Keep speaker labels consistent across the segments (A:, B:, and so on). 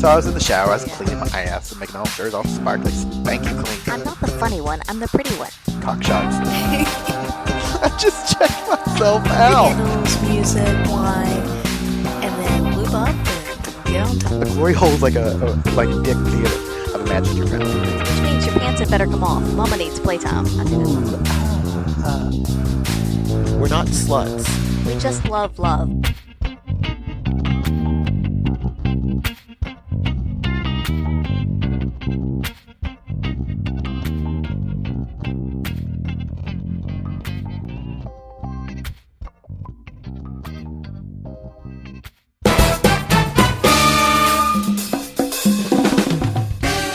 A: So I was in the shower, I was cleaning my ass and making all dirt all sparkly, spanky clean,
B: I'm not the funny one. I'm the pretty one.
A: cock shots. I just checked myself out.
C: Candles, music, wine, and then loop up and get on top.
A: The glory hole's like a, a like a dick theater. Imagine your friend.
B: Which means your pants had better come off. Mama needs playtime. I mean,
A: uh-huh.
D: We're not sluts.
B: we just love love.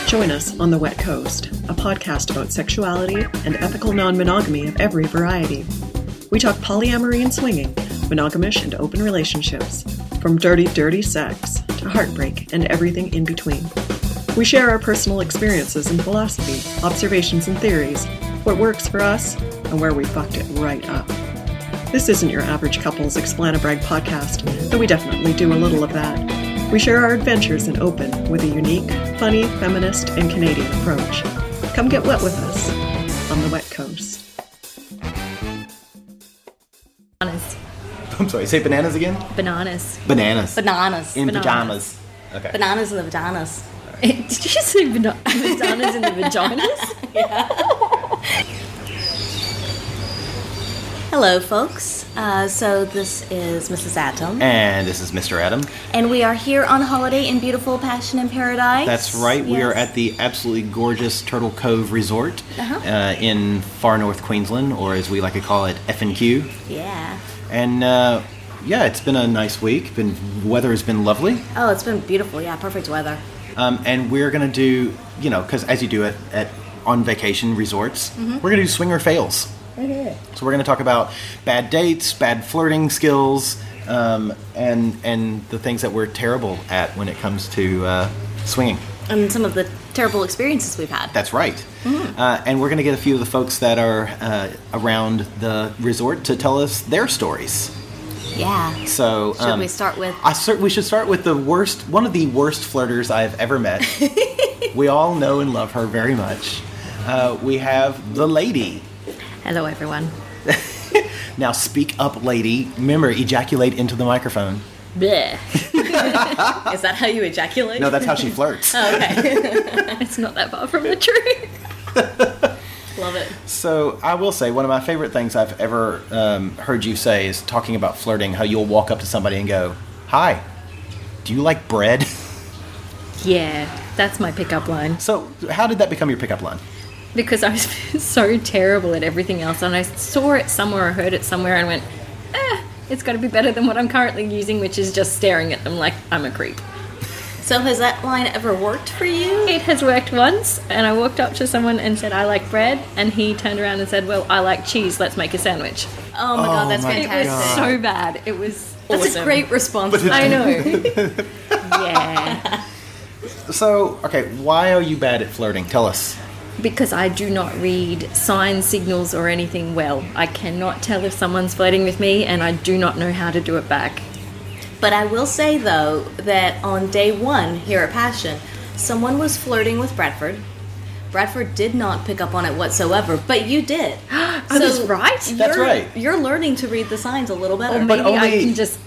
E: Join us on The Wet Coast, a podcast about sexuality and ethical non monogamy of every variety. We talk polyamory and swinging, monogamish and open relationships, from dirty, dirty sex to heartbreak and everything in between. We share our personal experiences and philosophy, observations and theories, what works for us, and where we fucked it right up. This isn't your average couple's Explanabrag podcast, though we definitely do a little of that. We share our adventures in open with a unique, funny, feminist, and Canadian approach. Come get wet with us on the Wet Coast.
F: Bananas.
G: I'm sorry, say bananas again?
F: Bananas.
G: Bananas.
F: Bananas.
G: In
F: Bananas.
G: pajamas. Okay.
F: Bananas in the vaginas. Did you just say bana- bananas in the vaginas? Hello, folks. Uh, so this is Mrs. Atom,
G: And this is Mr. Adam.
F: and we are here on holiday in beautiful Passion in Paradise.
G: That's right. We are
F: Yes.
G: at the absolutely gorgeous Turtle Cove Resort
F: Uh-huh.
G: uh, in far north Queensland, or as we like to call it, F&Q.
F: yeah.
G: And uh, yeah, it's been a nice week. Been weather has been lovely,
F: Oh, it's been beautiful. Yeah, perfect weather.
G: um, and we're gonna do you know because as you do it at on vacation resorts,
F: Mm-hmm.
G: we're gonna do swinger fails. So we're gonna talk about bad dates, bad flirting skills, um, and and the things that we're terrible at when it comes to uh, swinging.
F: And some of the terrible experiences we've had.
G: That's right.
F: Mm-hmm.
G: Uh, and we're going to get a few of the folks that are uh, around the resort to tell us their stories.
F: yeah.
G: So, um,
F: Should we start with-
G: I cer- we should start with the worst, one of the worst flirters I've ever met. we all know and love her very much. Uh, we have the lady.
F: Hello, everyone.
G: Now, speak up, lady. Remember, ejaculate into the microphone.
H: Bleh. Is that how you ejaculate?
G: No, that's how she flirts.
F: Oh,
H: it's not that far from the truth. Love it.
G: So I will say one of my favorite things I've ever um, heard you say is talking about flirting. How you'll walk up to somebody and go, "Hi, do you like bread?"
H: Yeah, that's my pickup line.
G: So how did that become your pickup line?
H: Because I was so terrible at everything else, and I saw it somewhere or heard it somewhere and went, eh, it's got to be better than what I'm currently using, which is just staring at them like I'm a creep.
F: So has that line ever worked for you?
H: It has worked once, and I walked up to someone and said, I like bread, and he turned around and said, Well, I like cheese, let's make a sandwich.
F: Oh my god, that's
H: It was
F: fantastic.
H: so bad. It was
F: That's
H: awesome.
F: a great response.
H: I know. yeah.
G: So okay, why are you bad at flirting? Tell us.
H: because I do not read sign signals or anything well. I cannot tell if someone's flirting with me, and I do not know how to do it back.
F: But I will say though that on day one here at Passion, someone was flirting with Bradford. Bradford did not pick up on it whatsoever, but you did. I
H: was right? That's
F: you're-
G: right. Oh,
F: You're learning to read the signs a little better.
H: Or
G: But
H: maybe I
G: only-
H: can just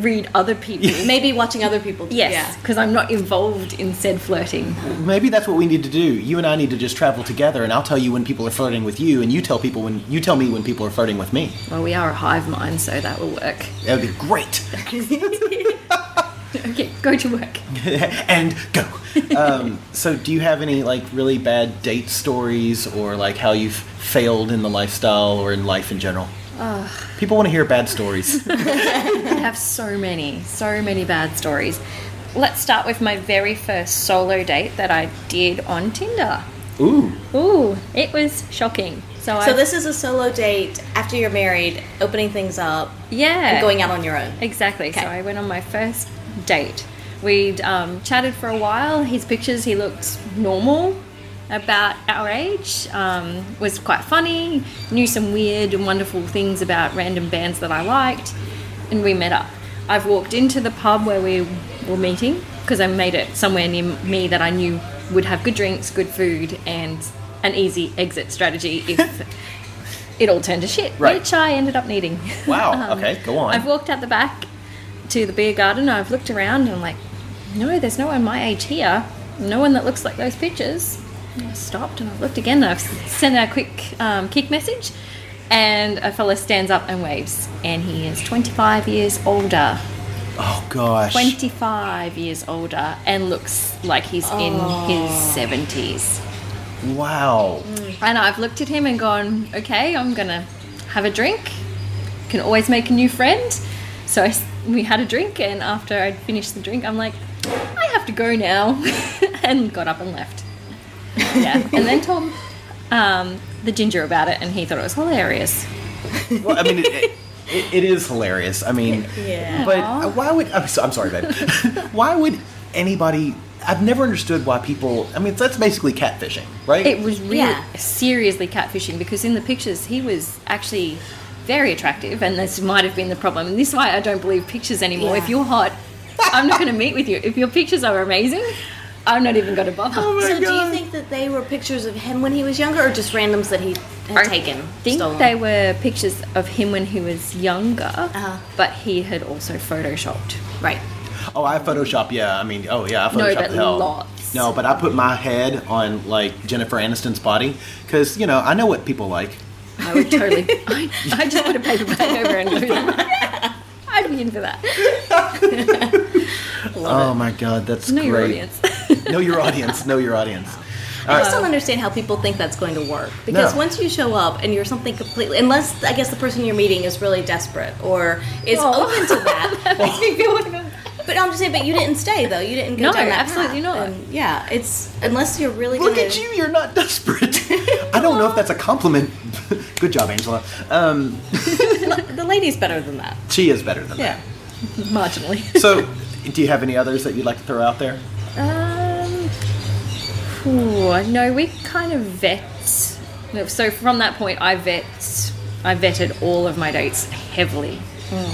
H: read other people.
F: Maybe watching other people. do-
H: Yes, because I'm not involved in said flirting.
G: Maybe that's what we need to do. You and I need to just travel together, and I'll tell you when people are flirting with you, and you tell people when you tell me when people are flirting with me.
H: Well, we are a hive mind, so that will work.
G: That would be great.
H: Okay, go to work.
G: and go. Um, so, do you have any like really bad date stories, or like how you've failed in the lifestyle or in life in general? People want to hear bad stories.
H: I have so many, so many bad stories. let's start with my very first solo date that I did on Tinder.
G: Ooh.
H: Ooh, it was shocking. So, I,
F: So this is a solo date after you're married, opening things up,
H: yeah,
F: and going out on your own.
H: Exactly. So I went on my first date. We'd um, chatted for a while. His pictures, he looked normal, about our age, um, was quite funny, knew some weird and wonderful things about random bands that I liked, and we met up. I've walked into the pub where we were meeting because I made it somewhere near me that I knew would have good drinks, good food, and an easy exit strategy if it all turned to shit,
G: Right.
H: which I ended up needing.
G: Wow. okay, go on.
H: Um, I've walked out the back to the beer garden. I've looked around and I'm like, no, there's no one my age here. No one that looks like those pictures. And I stopped and I looked again. And I've sent a quick um, kick message, and a fella stands up and waves. And he is 25 years older.
G: oh gosh.
H: 25 years older, and looks like he's in his 70s.
G: Wow.
H: Mm. And I've looked at him and gone, okay, I'm gonna have a drink. Can always make a new friend. So I s we had a drink, and after I'd finished the drink, I'm like, I have to go now, and got up and left. Yeah, and then told um, the ginger about it, and he thought it was hilarious.
G: Well, I mean, it, it, it is hilarious. I mean, but uh, why would I'm, so, I'm sorry, babe. why would anybody? I've never understood why people. I mean, that's basically catfishing, right?
H: It was really
F: Yeah.
H: seriously catfishing because in the pictures he was actually very attractive, and this might have been the problem. And this is why I don't believe pictures anymore. If you're hot, I'm not going to meet with you. If your pictures are amazing, I'm not even going to bother.
G: Oh
F: so do you think that they were pictures of him when he was younger, or just randoms that he had taken?
H: I think
F: stolen?
H: they were pictures of him when he was younger, but he had also photoshopped.
F: right.
G: oh, I Photoshop. Yeah, I mean, oh yeah, I Photoshop
H: No, but
G: the hell.
H: lots.
G: No, but I put my head on like Jennifer Aniston's body because you know I know what people like.
H: I would totally. I, I just put a paper bag over and do that. I'd be in for that.
G: oh my god, that's
H: Know
G: great.
H: your audience.
G: know your audience. Know your audience.
F: I just don't understand how people think that's going to work because
G: No.
F: once you show up and you're something completely, unless I guess the person you're meeting is really desperate or is
H: Oh.
F: open to that.
H: Makes me feel like I'm-
F: but I'm just saying, but you didn't stay though. You didn't go
H: No,
F: down that
H: absolutely
F: path.
H: not.
F: And yeah, it's unless you're really
G: Look
F: gonna,
G: at you, you're not desperate. I don't know if that's a compliment. Good job, Angela. Um,
F: The lady's better than that.
G: she is better than
F: Yeah.
H: Marginally.
G: that. So, do you have any others that you'd like to throw out there?
H: Um, phew, no, we kind of vet. no, So from that point, I vet. I vetted all of my dates heavily,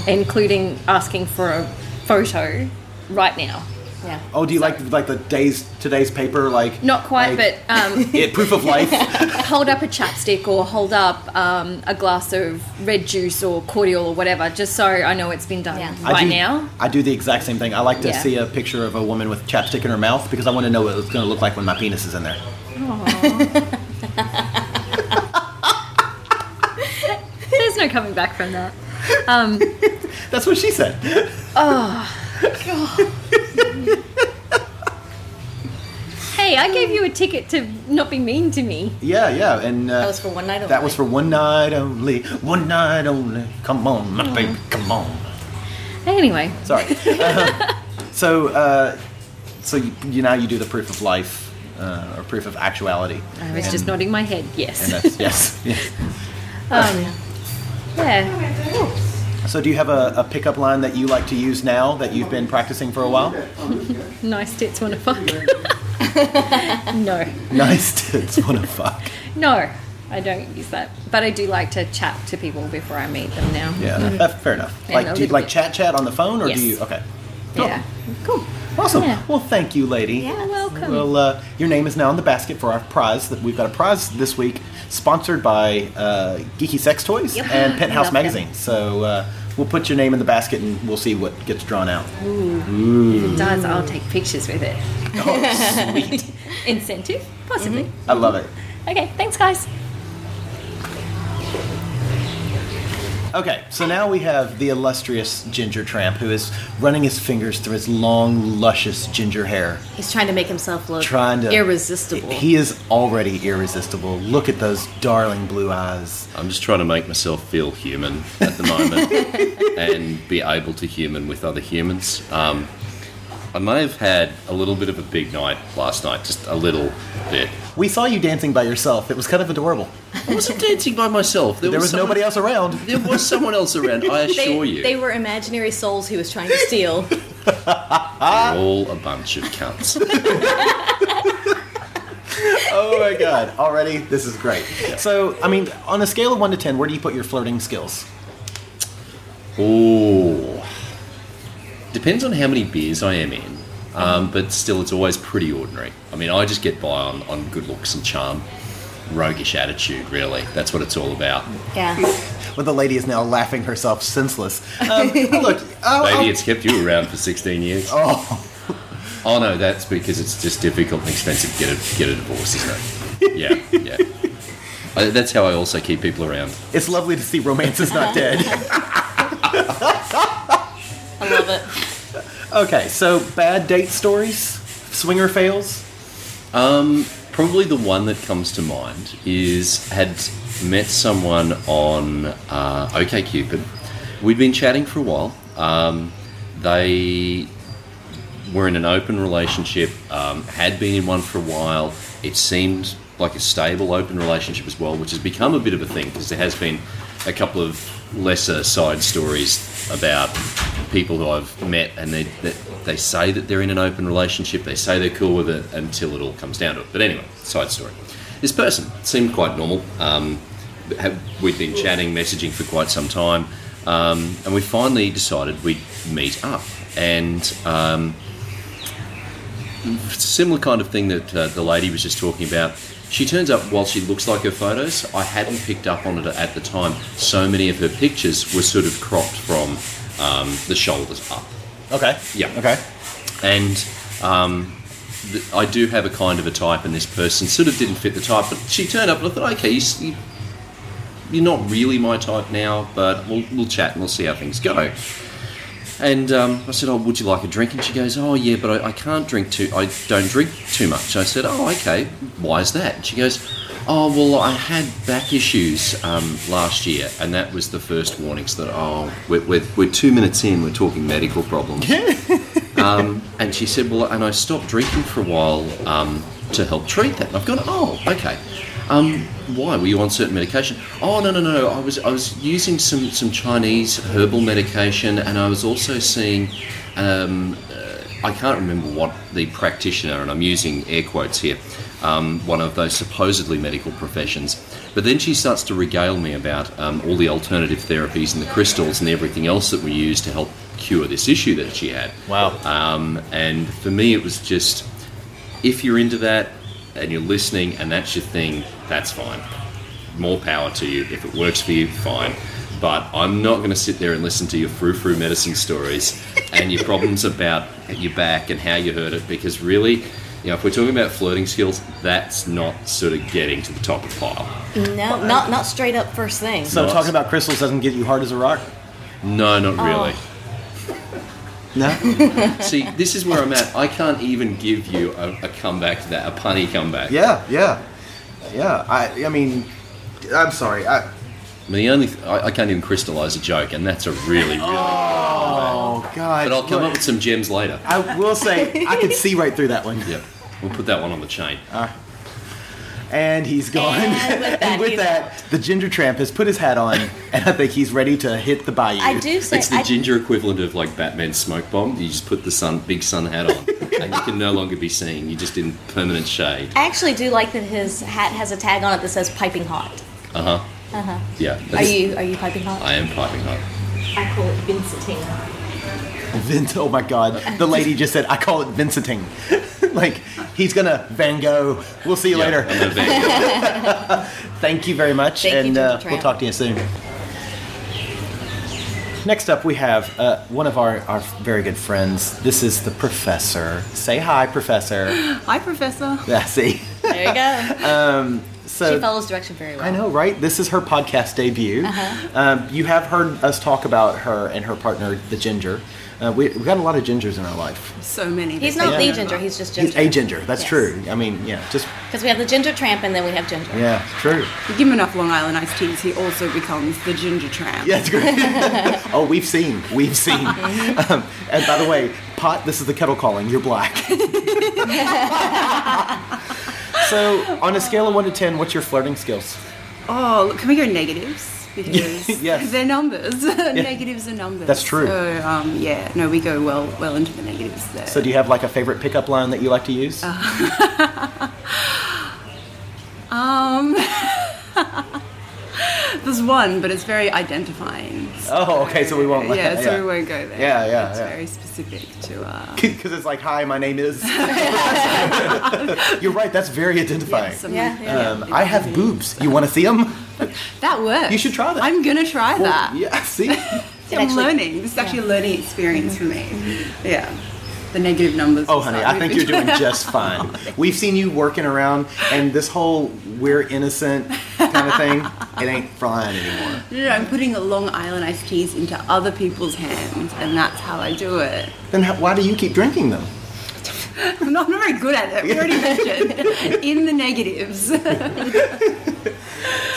H: including asking for a photo right now. Yeah.
G: Oh, do you like like the days today's paper like?
H: Not quite,
G: like,
H: but um,
G: yeah, proof of life.
H: hold up a chapstick or hold up um, a glass of red juice or cordial or whatever, just so I know it's been done
F: Yeah.
H: right
G: I do,
H: now.
G: I do the exact same thing. I like to
H: Yeah.
G: see a picture of a woman with chapstick in her mouth because I want to know what it's going to look like when my penis is in there.
H: There's no coming back from that. Um,
G: That's what she said.
F: Oh,
H: Hey, I gave you a ticket to not be mean to me.
G: Yeah, yeah, and uh,
F: That was for one night.
G: that was
F: only.
G: for one night only. One night only. Come on,
H: Mm-hmm.
G: my baby, come on.
H: Anyway,
G: Sorry. Uh, so, uh, so you, you now you do the proof of life uh, or proof of actuality.
H: I was just nodding my head. Yes.
G: And that's, yes, yes.
F: Oh,
H: um, Yeah.
G: So, do you have a, a pickup line that you like to use now that you've been practicing for a while?
H: Nice tits wanna fuck. no.
G: Nice tits, wanna fuck.
H: No. I don't use that. But I do like to chat to people before I meet them now. Mm.
G: Yeah, uh, fair enough.
H: Mm-hmm. Yeah,
G: Like,
H: no,
G: do you
H: we-
G: like chat chat on the phone, or
H: Yes.
G: do you? Okay,
H: Yeah. Cool.
G: awesome.
H: Yeah.
G: Well, thank you, lady.
H: You're welcome.
G: Well, uh, your name is now in the basket for our prize. That we've got a prize this week, sponsored by uh, Geeky Sex Toys and
H: Love
G: Penthouse
H: them.
G: Magazine. So uh, we'll put your name in the basket, and we'll see what gets drawn out.
H: Does I'll take pictures with it.
G: Oh, sweet!
H: Incentive? Possibly.
G: I love it.
I: Mm-hmm.
H: Okay, thanks guys.
G: Okay, so now we have the illustrious Ginger Tramp, who is running his fingers through his long, luscious ginger hair.
F: He's trying to make himself look
G: trying to
F: irresistible.
G: He is already irresistible. Look at those darling blue eyes.
D: I'm just trying to make myself feel human at the moment and be able to human with other humans. Um, I may have had a little bit of a big night last night, just a little bit.
G: We saw you dancing by yourself. It was kind of adorable.
D: I wasn't dancing by myself.
G: There was
D: someone-
G: nobody else around.
D: There was someone else around. I
F: They,
D: assure you,
F: they were imaginary souls he was trying to steal.
D: they're all a bunch of cunts.
G: Oh my god! Already, this is great. So, I mean, on a scale of one to ten, where do you put your flirting skills?
D: Oh, depends on how many beers I am in, um, but still, it's always pretty ordinary. I mean, I just get by on, on good looks and charm, roguish attitude. Really, that's what it's all about.
F: Yeah.
G: Well, the lady is now laughing herself senseless. Um, look, I'll-
D: Lady,
G: I'll-
D: it's kept you around for 16 years.
G: oh,
D: Oh no, that's because it's just difficult and expensive to get a get a divorce, isn't it? Yeah, yeah. I, that's how I also keep people around.
G: it's lovely to see romance is not dead.
F: I love it.
G: okay, so bad date stories, swinger fails.
D: Um, Probably the one that comes to mind is had met someone on uh, OKCupid. We'd been chatting for a while. Um, they were in an open relationship, um, had been in one for a while. It seemed like a stable open relationship as well, which has become a bit of a thing because there has been a couple of lesser side stories about people who I've met and they, that they say that they're in an open relationship, they say they're cool with it until it all comes down to it. But anyway, side story. This person seemed quite normal. Um, had, we'd been chatting, messaging for quite some time, um, and we finally decided we'd meet up. And um, it's a similar kind of thing that uh, the lady was just talking about. She turns up while she looks like her photos. I hadn't picked up on it at the time. So many of her pictures were sort of cropped from um, the shoulders up.
G: Okay.
D: Yeah.
G: Okay.
D: And um, th- I do have a kind of a type, and this person sort of didn't fit the type. But she turned up, and I thought, okay, you, s- you, you're not really my type now, but we'll, we'll chat and we'll see how things go. And um, I said, oh, would you like a drink? And she goes, oh, yeah, but I, I can't drink too. I don't drink too much. I said, oh, okay. Why is that? And she goes, oh, well, I had back issues um, last year, and that was the first warnings that oh, we're, we're, we're two minutes in, we're talking medical problems. Um, And she said, Well, and I stopped drinking for a while um, to help treat that. And I've gone, Oh, okay. Um, why? Were you on certain medication? Oh, no, no, no. no. I was, I was using some, some Chinese herbal medication, and I was also seeing, um, uh, I can't remember what the practitioner, and I'm using air quotes here, um, one of those supposedly medical professions. But then she starts to regale me about um, all the alternative therapies and the crystals and everything else that we use to help cure this issue that she had.
G: Wow.
D: Um, and for me, it was just if you're into that and you're listening and that's your thing, that's fine. More power to you. If it works for you, fine. But I'm not going to sit there and listen to your frou frou medicine stories and your problems about your back and how you hurt it because really, you know, if we're talking about flirting skills, that's not sort of getting to the top of the pile.
F: No, not not straight up first thing.
G: So
D: Nice.
G: talking about crystals doesn't get you hard as a rock.
D: No,
G: Oh.
D: not really.
F: Oh.
G: No.
D: See, this is where I'm at. I can't even give you a, a comeback to that, a punny comeback.
G: yeah. Yeah. Yeah. I. I mean, I'm sorry. I.
D: I mean, the only th- I, I can't even crystallize a joke, and that's a really, really.
G: Oh God.
D: but I'll come
G: Look,
D: up with some gems later.
G: I will say I could see right through that one.
D: Yep, we'll put that one on the chain.
G: And he's gone.
F: And with that, he's
G: the ginger tramp has put his hat on, and I think he's ready to hit the bayou.
F: I do say
D: it's the
F: I,
D: ginger equivalent of like Batman's smoke bomb. You just put the sun, big sun hat on, and you can no longer be seen. You're just in permanent shade.
F: I actually do like that his hat has a tag on it that says piping hot. Uh-huh.
D: Uh huh. Uh huh. Yeah.
F: Are
D: that's-
F: you are you piping hot?
D: I am piping hot.
C: I call it Vincentina.
G: Vin- oh my God! The lady just said, "I call it Vincenting." like he's gonna Van Gogh. We'll see you
D: Yeah,
G: later.
D: I'm a van.
G: Thank you very much,
F: Thank you,
G: and
F: Ginger
G: uh,
F: Tramp.
G: we'll talk to you soon. Next up, we have uh, one of our, our very good friends. This is the professor. Say hi, professor.
E: Hi, Professor.
G: Yeah, see. Um,
F: There you go.
G: So
F: she follows direction very well.
G: I know, right? This is her podcast debut.
F: Uh-huh.
G: Um, you have heard us talk about her and her partner, the Ginger. Uh, we, we've got a lot of gingers in our life.
J: So many.
F: He's
J: that
F: not the
J: they don't
F: ginger.
J: know.
F: He's just
G: He's
F: ginger.
G: a ginger. That's
F: Yes.
G: true. I mean, yeah, just
F: Because we have the ginger tramp and then we have ginger.
G: yeah, it's true.
J: You give him enough Long Island iced teas, he also becomes the ginger tramp.
G: Yeah, it's great. oh, we've seen, we've seen. um, and by the way, pot. This is the kettle calling. You're black. so, on a scale of one to ten, what's your flirting skills?
J: Oh, look, can we go negatives? Because
G: Yes.
J: they're numbers. negatives are numbers.
G: That's true.
J: So um, yeah, no, we go well well into the negatives there. Uh,
G: So, do you have like a favorite pickup line that you like to use?
J: um, there's one, but it's very identifying.
G: Oh, okay, so we won't let
J: yeah,
G: that-
J: so
G: yeah.
J: we won't go there.
G: Yeah, yeah,
J: It's
G: yeah.
J: very specific to. Uh,
G: Because it's like, hi, my name is. You're right. That's very identifying.
J: something
F: Yeah,
J: like
F: yeah.
G: um, I have boobs. You want to see them?
J: That works.
G: You should try that.
J: I'm gonna try that.
G: yeah. See.
J: I'm learning. This is actually a learning experience for me. Yeah. The negative numbers.
G: Oh,
J: are
G: honey, I
J: starting
G: think
J: to-
G: you're doing just fine. We've seen you working around, and this whole we're innocent kind of thing, it ain't flying anymore.
J: No, no, I'm putting a Long Island iced teas into other people's hands, and that's how I do it.
G: Then how, why do you keep drinking them?
J: I'm not, I'm not very good at that. We already mentioned in the negatives.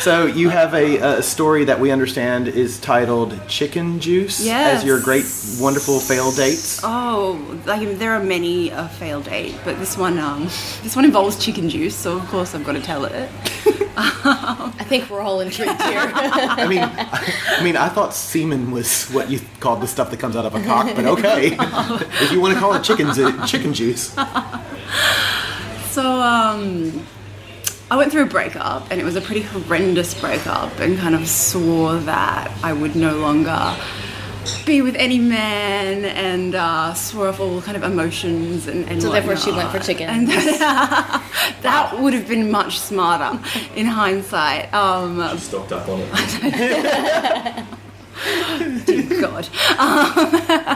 G: So you have a, a story that we understand is titled "Chicken Juice" as your great, wonderful fail dates.
J: Oh, like I mean, there are many a failed date, but this one, um, this one involves chicken juice, so of course I've got to tell it.
F: I think we're all intrigued here.
G: I mean, I, I mean, I thought semen was what you called the stuff that comes out of a cock, but okay, if you want to call it chicken ju- chicken juice,
J: So, um, I went through a breakup, and it was a pretty horrendous breakup, and kind of swore that I would no longer be with any man, and uh, swore off all kind of emotions and. and
F: So therefore she
J: whatnot.
F: went for chicken.
J: And that would have been much smarter in hindsight. Um,
K: stocked up on it.
J: dear God.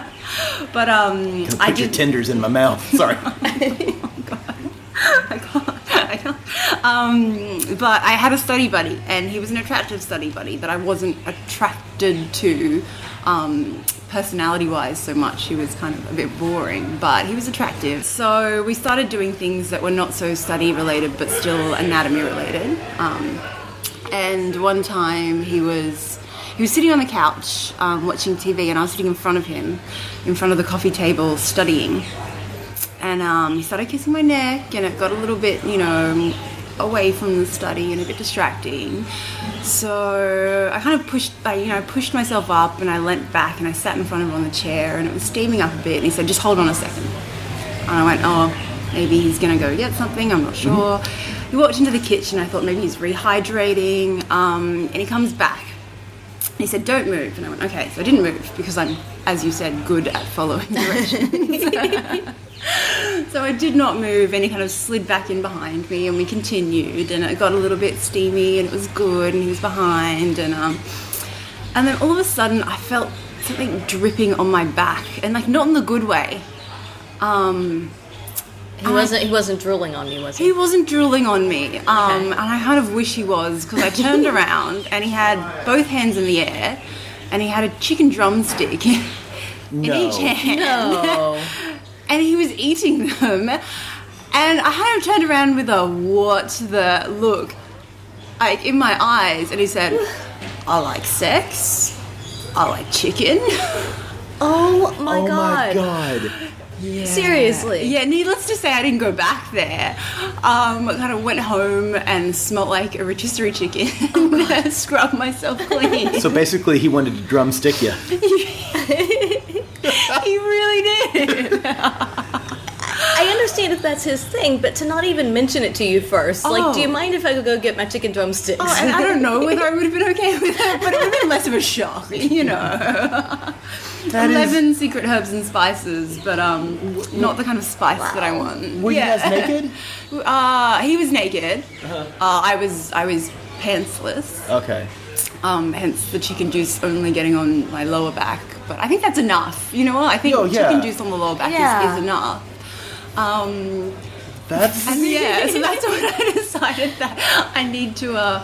J: Um, but um,
G: put
J: I
G: your
J: did.
G: tenders in my mouth. Sorry.
J: I can't. I can't. Um, but I had a study buddy, and he was an attractive study buddy that I wasn't attracted to um, personality wise so much. He was kind of a bit boring, but he was attractive. So we started doing things that were not so study related but still anatomy related. Um, and one time he was. He was sitting on the couch um, watching TV, and I was sitting in front of him, in front of the coffee table, studying and um, he started kissing my neck, and it got a little bit, you know, away from the study and a bit distracting. So I kind of pushed, I, you know, pushed myself up, and I leant back, and I sat in front of him on the chair, and it was steaming up a bit. And he said, "Just hold on a second. And I went, "Oh, maybe he's gonna go get something. I'm not sure." He walked into the kitchen. I thought maybe he's rehydrating, um, and he comes back. And he said, "Don't move," and I went, "Okay." So I didn't move because I'm, as you said, good at following directions. So I did not move and he kind of slid back in behind me and we continued and it got a little bit steamy and it was good and he was behind and um and then all of a sudden I felt something dripping on my back and like not in the good way. Um
F: he wasn't. He wasn't drooling on you, was he?
J: he wasn't drooling on me, um, and I kind of wish he was because I turned around and he had both hands in the air, and he had a chicken drumstick in each hand, and he was eating them, and I kind of turned around with a what the look, like in my eyes, and he said, "I like sex, I like chicken."
F: Oh my
G: oh
F: god!
G: my god.
F: Seriously.
J: Yeah, needless to say, I didn't go back there. Um, I kind of went home and smelt like a rotisserie chicken
F: Oh
J: and scrubbed myself clean.
G: So basically, he wanted to drumstick you.
J: he really did.
F: I understand if that's his thing, but to not even mention it to you first,
J: Oh.
F: like, do you mind if I go get my chicken drumsticks?
J: Oh, and I don't know whether I would have been okay with it, but it would have been less of a shock, you know. Eleven secret herbs and spices, but um, not the kind of spice that I want.
G: Were
J: Yeah.
G: you guys naked? Uh-huh.
J: Uh, he was naked. Uh, I was I was pantsless.
G: Okay.
J: Um, hence the chicken juice only getting on my lower back. But I think that's enough. You know what? I think
G: Oh, yeah.
J: chicken juice on the lower back
F: Yeah.
J: is, is enough. Um,
G: That's
J: And yeah, so that's when I decided that I need to uh,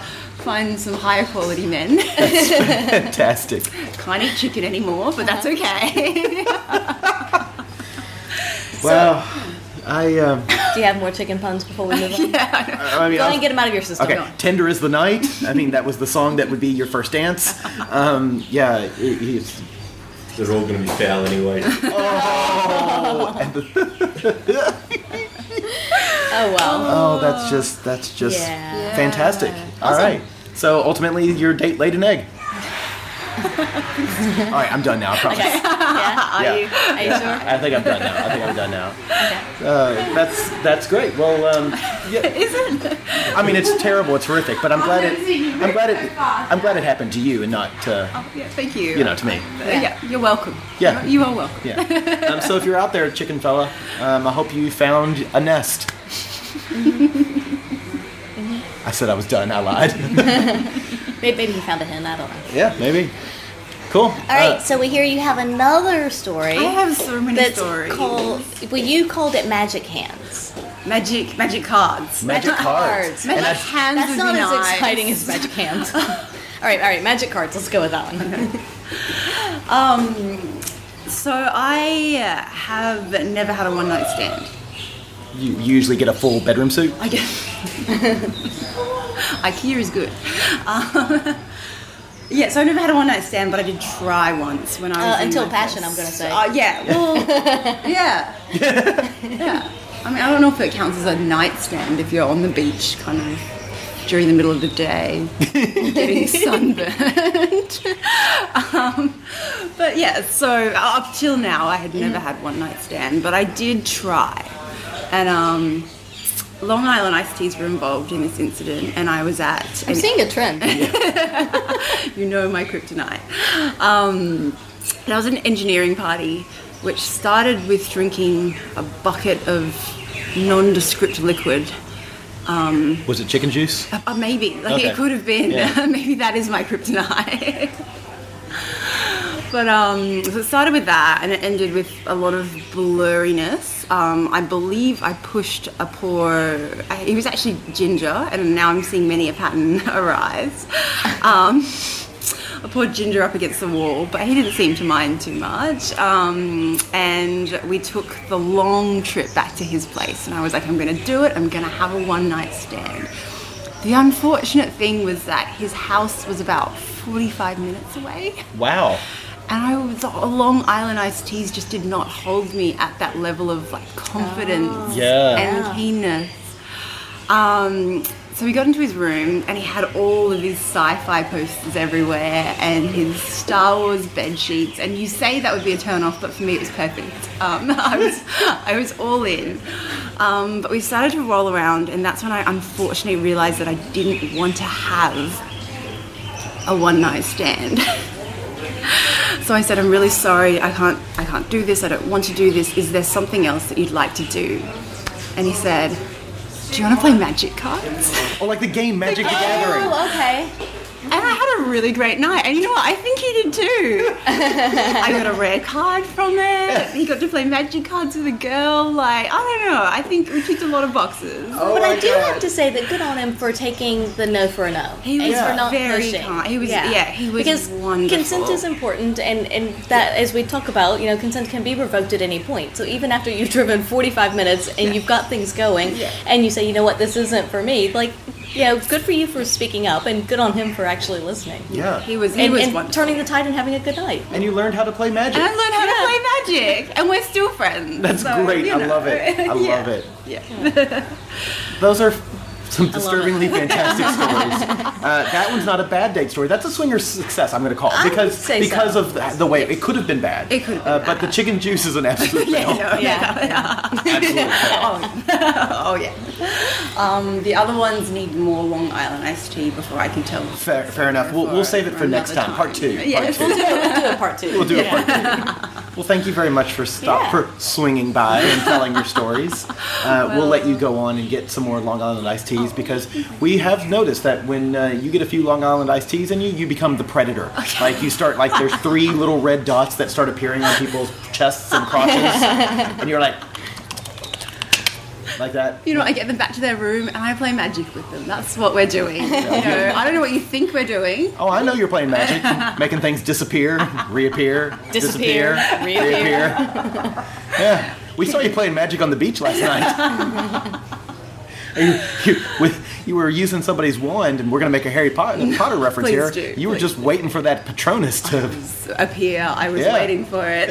J: find some higher quality men.
G: fantastic.
J: Can't eat chicken anymore, but
F: Uh-huh.
J: that's okay.
G: Well, I, um,
F: Do you have more chicken puns before we move on?
G: I mean,
F: Go
G: I
F: ahead and get them out of your system.
G: Okay, "Tender is the Night." I mean, that was the song that would be your first dance. Um, yeah, he- he's
K: They're all going to be foul anyway.
F: Oh well.
G: oh, that's just that's just
F: Yeah.
G: fantastic. All right, so ultimately, your date laid an egg. All right, I'm done now. I promise.
F: Yeah.
G: Yeah.
F: Are you sure?
G: I think I'm done now. I think I'm done now. Uh, that's that's great. Well, um, yeah. is it? I mean, it's terrible. It's horrific. But I'm glad it. I'm glad it. I'm glad it happened to you and not to
J: yeah, thank you.
G: you know to me.
J: Uh, yeah. you're welcome.
G: Yeah.
J: You are welcome.
G: Yeah. Um, so if you're out there, chicken fella, um, I hope you found a nest.
J: Mm-hmm.
G: I said I was done. I lied.
F: Maybe, maybe he found a hen. I don't know.
G: yeah, maybe. Cool. Uh, All
B: All right, so we hear you have another story.
J: I have so many
B: that's
J: stories.
B: called. Well, you called it magic hands.
J: Magic, magic cards.
G: magic cards.
J: Magic
G: And I-
J: hands
F: That's
J: would
F: not
J: be
F: as
J: nice.
F: exciting as magic hands. all right, all right, magic cards. Let's go with that one.
J: Um, so I uh, have never had a one night stand.
G: you usually get a full bedroom suit.
J: I guess IKEA is good. Um, yeah, so I never had a one night stand, but I did try once when I was
B: Uh,
J: in
B: until
J: my
B: passion,
J: first-
B: I'm gonna say.
J: Uh, yeah, well, yeah, yeah. I mean, I don't know if it counts as a nightstand if you're on the beach, kind of during the middle of the day, getting sunburned. um, but yeah, so uh, up till now, I had never had one night stand, but I did try, and um. Long Island iced teas were involved in this incident, and I was at.
B: I'm
J: an
B: seeing a trend.
J: you know my kryptonite. Um, that was an engineering party, which started with drinking a bucket of nondescript liquid. Um,
G: Was it chicken juice?
J: Uh, maybe, like
G: Okay.
J: it could have been.
G: Yeah.
J: maybe that is my kryptonite. but um, so it started with that, and it ended with a lot of blurriness. Um, I believe I pushed a poor. I, he was actually ginger, and now I'm seeing many a pattern arise. Um, I poured ginger up against the wall, but he didn't seem to mind too much. Um, and we took the long trip back to his place, and I was like, I'm going to do it. I'm going to have a one night stand. The unfortunate thing was that his house was about 45 minutes away,
G: Wow.
J: and I was Long Island iced teas just did not hold me at that level of like confidence
G: Yeah.
J: and keenness. Um, so we got into his room, and he had all of his sci-fi posters everywhere, and his Star Wars bed sheets. And you say that would be a turn-off, but for me it was perfect. Um, I was, I was all in. Um, but we started to roll around, and that's when I unfortunately realised that I didn't want to have a one-night stand. So I said, I'm really sorry, I can't, I can't do this, I don't want to do this. Is there something else that you'd like to do? And he said, Do you want to play magic cards?
G: Oh, like the game Magic the Gathering.
B: Oh, okay.
J: And I had a really great night. And you know what? I think he did too. I got a rare card from it. He got to play magic cards with a girl. Like, I don't know. I think we ticked a lot of boxes.
G: Oh
F: but I do have to say that good on him for taking the no for a no.
J: He
F: and
J: was
F: for not
J: very
F: pushing.
J: kind. He was- yeah, he was
F: because
J: wonderful.
F: consent is important, and and that as we talk about, you know, consent can be revoked at any point. So even after you've driven forty five minutes and you've got things going, and you say, you know what, this isn't for me. Like, yeah, good for you for speaking up, and good on him for actually listening.
G: Yeah.
J: He was, he
F: And,
J: was
F: and
J: wonderful.
F: turning the tide and having a good night.
G: and you learned how to play magic.
J: and I learned how to play magic. And we're still friends.
G: That's
J: So,
G: great.
J: you
G: I
J: know.
G: love it.
J: Yeah.
G: I love it.
J: Yeah.
G: Those are some disturbingly fantastic stories. Uh, that one's not a bad date story. That's a swinger success. I'm going to call it
F: I
G: because
F: would say so.
G: because of the, the way it could have been bad.
J: It could have
G: Uh,
J: been
G: but the chicken juice is an absolute fail.
J: No, yeah.
G: Absolute fail.
J: Oh yeah. Um, the other ones need more Long Island iced tea before I can tell.
G: Fair, fair enough. We'll, we'll save it for
J: For
G: next
J: another
G: time. Part
J: time.
G: two.
J: Yes.
G: Part two.
F: We'll do a part two.
G: We'll do a part two. Well, thank you very much for stop
F: Yeah.
G: for swinging by and telling your stories. Uh, we'll let you go on and get some more Long Island iced teas because we have noticed that when uh, you get a few Long Island iced teas in you, you become the predator. Like you start like there's three little red dots that start appearing on people's chests and crotches, and you're like. like that.
J: You know, I get them back to their room and I play magic with them. That's what we're doing. You know, I don't know what you think we're doing.
G: Oh, I know you're playing magic, making things disappear, reappear, disappear,
J: Disappear, reappear.
G: yeah, we saw you playing magic on the beach last night. you, you- with- you were using somebody's wand, and we're going to make a Harry Potter, Potter reference
J: Please
G: here.
J: do,
G: you were
J: please
G: just waiting for that Patronus to.
J: Up here, I was
G: Yeah.
J: waiting for it.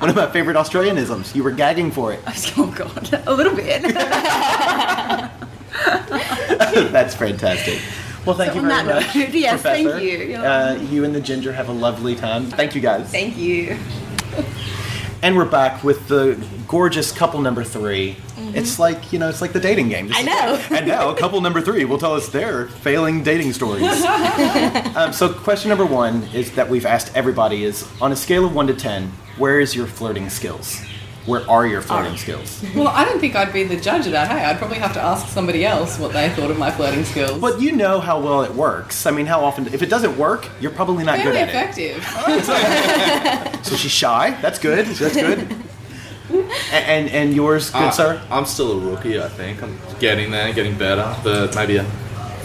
G: One of my favorite Australianisms. You were gagging for it.
J: oh god, a little bit.
G: That's fantastic. Well, thank
J: So
G: you
J: on
G: very
J: that
G: much.
J: note, yes, thank
G: Professor.
J: you. You're
G: Uh, you and the ginger have a lovely time. Thank you guys.
J: Thank you.
G: And we're back with the gorgeous couple number 3
J: Mhm.
G: It's like you know, it's like the dating game. This
J: I
G: is-
J: know.
G: and now, couple number three will tell us their failing dating stories. um, so, question number one is that we've asked everybody: is on a scale of one to ten, where is your flirting skills? Where are your flirting skills?
I: Well, I don't think I'd be the judge of that. Hey, I'd probably have to ask somebody else what they thought of my flirting skills.
G: But you know how well it works. I mean, how often? If it doesn't work, you're probably not
I: Fairly
G: good at it.
I: effective.
G: So she's shy. That's good. That's good. A- and and yours,
L: Uh,
G: good sir.
L: I'm still a rookie, I think. I'm getting there, getting better, but maybe a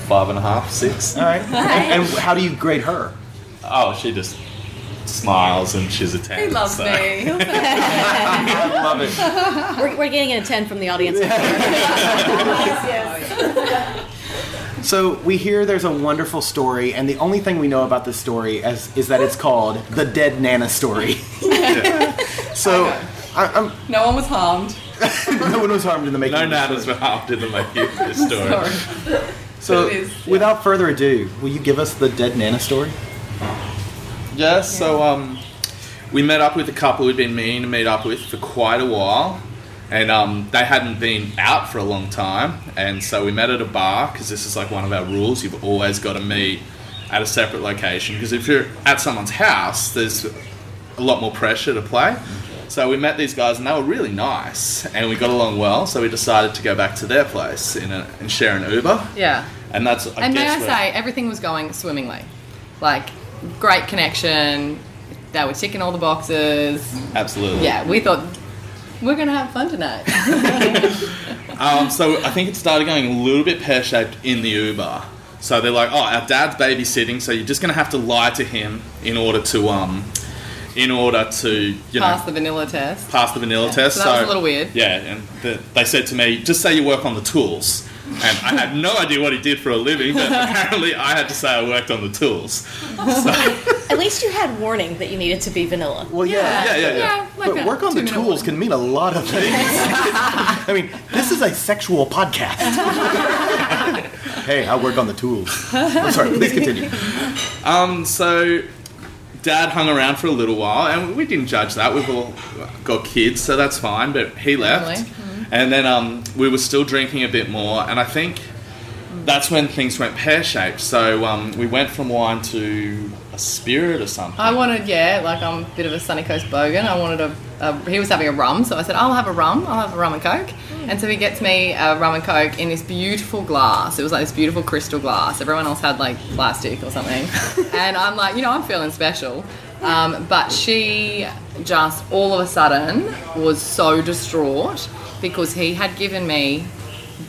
L: five and a half, six.
G: All right. And, and how do you grade her?
L: Oh, she just smiles and she's a ten.
F: He loves
L: so.
F: me. He'll say-
L: I love it.
F: we're, we're getting a 10 from the audience.
G: So we hear there's a wonderful story, and the only thing we know about this story as, is that it's called the Dead Nana story. So I, I'm
I: no one was harmed.
G: no one was harmed in the making.
L: No nanas were harmed in the making of this story.
I: Sorry.
G: So
L: It is,
G: without further ado, will you give us the Dead Nana story?
L: Yeah, so um, we met up with a couple we'd been meaning to meet up with for quite a while, and um, they hadn't been out for a long time, and so we met at a bar because this is like one of our rules. You've always got to meet at a separate location because if you're at someone's house, there's a lot more pressure to play. So we met these guys and they were really nice and we got along well. So we decided to go back to their place in a, and share an Uber.
I: Yeah.
L: And that's I
I: and may
L: guess
I: I
L: where-
I: say, everything was going swimmingly. Like, great connection. They were ticking all the boxes.
L: absolutely
I: Yeah, we thought we're gonna have fun tonight.
L: Um, so I think it started going a little bit pear shaped in the Uber. So they're like, "Oh, our dad's babysitting, so you're just gonna have to lie to him in order to um, in order to you know
I: Pass the vanilla test.
L: pass the vanilla test."
I: so that was a little weird.
L: Yeah, and the, they said to me, "Just say you work on the tools." And I had no idea what he did for a living, but apparently I had to say I worked on the tools.
F: At least you had warning that you needed to be vanilla.
G: Well, yeah,
L: Yeah, yeah, yeah. Yeah,
G: but work on the tools can mean a lot of things. I mean, this is a sexual podcast. hey, I work on the tools. I'm sorry. Please continue.
L: Um, so dad hung around for a little while, and we didn't judge that. We've all got kids, so that's fine. But he left,
I: Really?
L: and then um, we were still drinking a bit more, and I think that's when things went pear shaped. So um, we went from wine to a spirit or something.
I: I wanted, yeah, like I'm a bit of a sunny coast bogan. I wanted a, a he was having a rum, so I said, "Oh, I'll have a rum, I'll have a rum and coke. And so he gets me a rum and coke in this beautiful glass. It was like this beautiful crystal glass. Everyone else had like plastic or something. and I'm like, you know, I'm feeling special. Um, but she just all of a sudden was so distraught because he had given me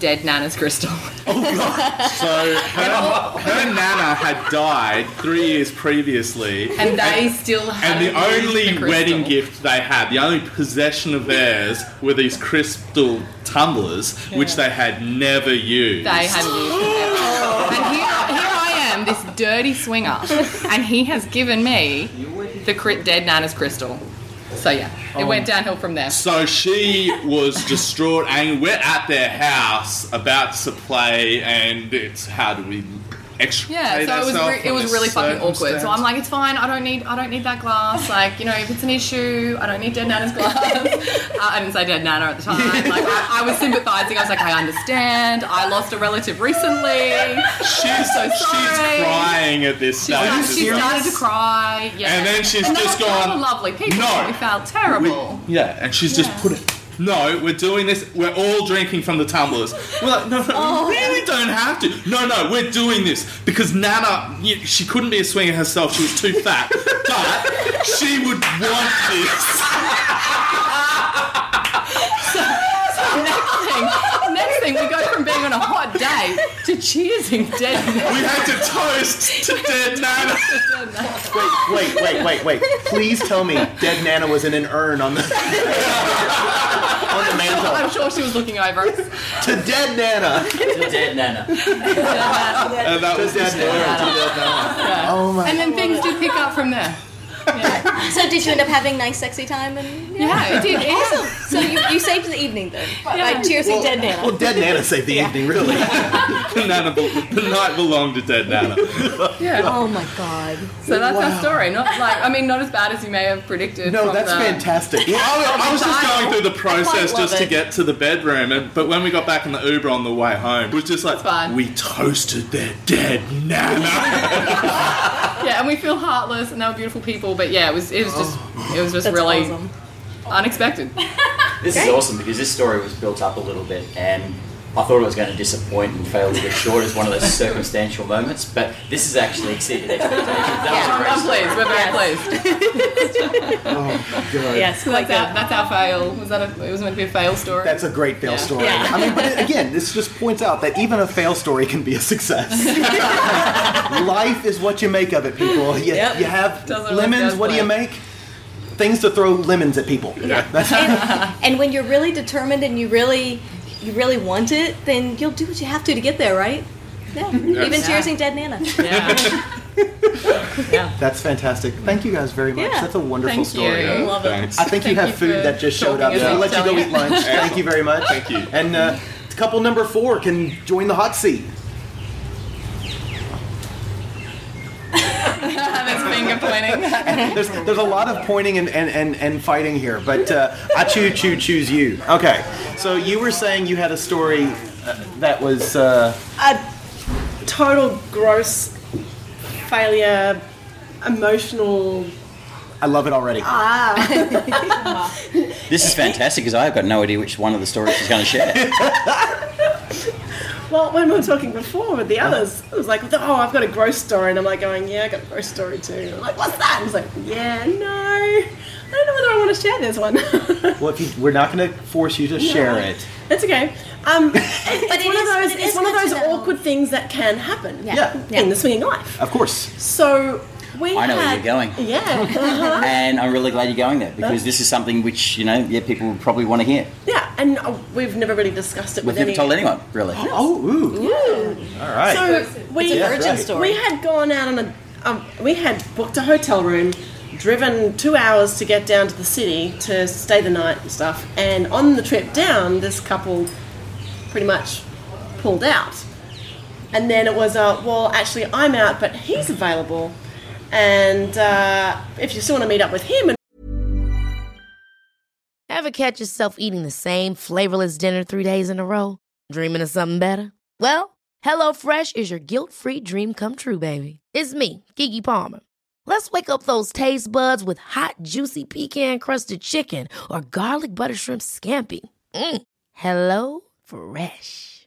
I: dead Nana's crystal.
L: So her, her nana had died three years previously,
I: And they still had
L: And the only wedding gift they had, the only possession of theirs, were these crystal tumblers, which they had never used.
I: They had used them ever. And here, here I am, this dirty swinger, and he has given me the cri- dead Nana's crystal. So yeah, it
L: Oh.
I: went downhill from there.
L: So she was distraught, and we're at their house about to play, and it's how do we extricate
I: Yeah, so it was
L: ourselves
I: re- it
L: from
I: was
L: this
I: really fucking awkward.
L: circumstance?
I: So I'm like, it's fine. I don't need I don't need that glass. Like you know, if it's an issue, I don't need dead nana's glass. uh, I didn't say dead nana at the time. Like I, I was sympathising. I was like, I understand. I lost a relative recently.
L: She's so sorry. crying at this
I: She,
L: stage.
I: she
L: It's like-
I: started to cry. Yeah,
L: And then she's
I: and
L: just
I: they were all
L: gone,
I: Lovely people.
L: "No,
I: we felt terrible.
L: Yeah, and she's just put it. No, we're doing this. We're all drinking from the tumblers. We're like, no, no,
I: Oh.
L: we really don't have to. No, no, we're doing this because Nana, you, she couldn't be a swinger herself. She was too fat, but she would want this.
I: cheersing dead
K: We had to toast to dead Nana.
G: Wait, wait, wait, wait. Please tell me dead Nana was in an urn on the on the mantle.
I: I'm sure she was looking over us.
G: to dead Nana.
M: to dead Nana.
K: And that was the story.
G: Oh my
I: And then things do pick up from there.
F: So did you end up having nice, sexy time? And
I: Yeah, it did. It was-
F: Awesome. So you, you saved the evening then by
I: Yeah.
F: cheersing
I: Well-
F: dead Nana.
G: Well, dead Nana saved the evening, really.
K: Nana, be- the night belonged to dead Nana.
I: Yeah.
F: Oh my god.
I: So that's
G: Wow.
I: our story. Not like I mean, not as bad as you may have predicted.
G: No,
I: from
G: that's
I: the-
G: fantastic.
K: Well, I, I was just
I: Dial.
K: going through the process
I: Quite love
K: just to
I: it.
K: get to the bedroom, and, but when we got back in the Uber on the way home, it was just like
I: fine.
K: we toasted their dead Nana.
I: Yeah, and we feel heartless, and they were beautiful people. But yeah, it was it was just it was just
F: That's
I: really
F: awesome.
I: unexpected.
M: This is awesome because this story was built up a little bit, and I thought it was going to disappoint and fail a little bit short as one of those circumstantial moments. But this has actually exceeded expectations. That
I: I'm
M: was a great.
I: pleased. We're very pleased.
G: Oh my god.
F: Yes,
I: So
F: quite
I: that's our,
F: good.
I: that's our fail. Was that a, it was meant to be a fail story?
G: That's a great fail
I: Yeah.
G: story.
F: Yeah.
G: I mean, but it- again, this just points out that even a fail story can be a success. Life is what you make of it, people. You,
F: Yep.
G: you have
I: Doesn't work
G: lemons,
I: both
G: what do you
I: ways.
G: make? Things to throw lemons at people. Yeah. That's
F: and, and when you're really determined and you really you really want it, then you'll do what you have to to get there, right? Yeah. Even cheersing dead Nana.
I: yeah.
G: that's fantastic. Thank you guys very much.
F: Yeah.
G: That's a wonderful
I: Thank
G: story.
I: you.
F: Love it.
K: Thanks.
G: I think you
I: Thank
G: have
I: you
G: food
I: for
G: that just showed up.
I: talking
G: So I'll
I: as
G: let you
I: well,
G: go eat
I: telling
G: lunch. Thank you very much.
K: Thank you.
G: And uh, couple number four can join the hot seat.
I: That's finger pointing.
G: There's, there's a lot of pointing and, and, and, and fighting here, but uh, I choo choo choose you. Okay, so you were saying you had a story uh, that was uh,
N: a total gross failure, emotional.
G: I love it already.
N: Uh,
J: Ah.
M: This is fantastic because I've got no idea which one of the stories she's going to share.
N: Well, when we were talking before with the
G: Uh-huh.
N: others, it was like, oh, I've got a gross story, and I'm like going, yeah, I got a gross story too. And I'm like, what's that? I was like, yeah, no, I don't know whether I want to share this one.
G: Well, if you, we're not going to force you to share it.
N: it's okay. Um, it's
B: it
N: one
B: is-
N: of
B: but
N: those.
B: it
N: it's
B: is
N: one of
B: good to
N: those
B: know.
N: awkward things that can happen
G: Yeah,
N: in the swinging life.
G: of course.
N: So we.
M: I know where
N: had-
M: you're going.
N: Yeah. uh-huh.
M: And I'm really glad you're going there because this is something which, you know, yeah, people would probably want to hear.
N: Yeah, and uh, we've never really discussed it
M: We've
N: with
M: never
N: any-
M: told anyone, really.
G: Oh, ooh. All right.
N: So we,
G: a virgin right.
N: we had gone out on a, um, we had booked a hotel room, driven two hours to get down to the city to stay the night and stuff. And on the trip down, this couple pretty much pulled out. And then it was, uh, well, actually, I'm out, but he's available. And uh, if you still want to meet up with him, and
O: Ever catch yourself eating the same flavorless dinner three days in a row? Dreaming of something better? Well, HelloFresh is your guilt free dream come true, baby. It's me, Kiki Palmer. Let's wake up those taste buds with hot, juicy pecan crusted chicken or garlic butter shrimp scampi. Mm. Hello Fresh.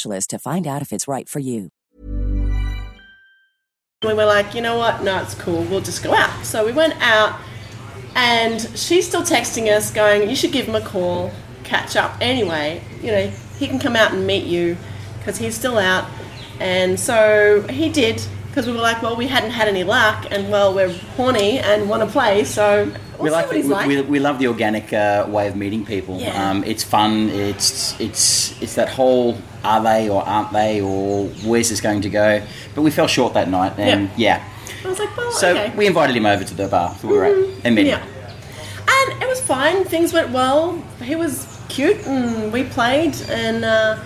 P: to find out if it's right for you.
N: we were like, you know what? No, it's cool. We'll just go out. So we went out, and she's still texting us, going, you should give him a call, catch up anyway. You know, he can come out and meet you because he's still out. And so he did. because we were like, well, we hadn't had any luck, and well, we're horny and want to play, so we'll
M: we
N: see
M: like,
N: what he's
M: we,
N: like.
M: We, we love the organic uh, way of meeting people.
N: Yeah.
M: Um, it's fun. It's it's it's that whole are they or aren't they or where's this going to go? But we fell short that night, and yeah.
N: I was like, well,
M: So
N: Oh, okay. Mm-hmm.
M: we invited him over to the bar that we were at, and met him.
N: yeah. And it was fine. Things went well. He was cute, and we played. And uh,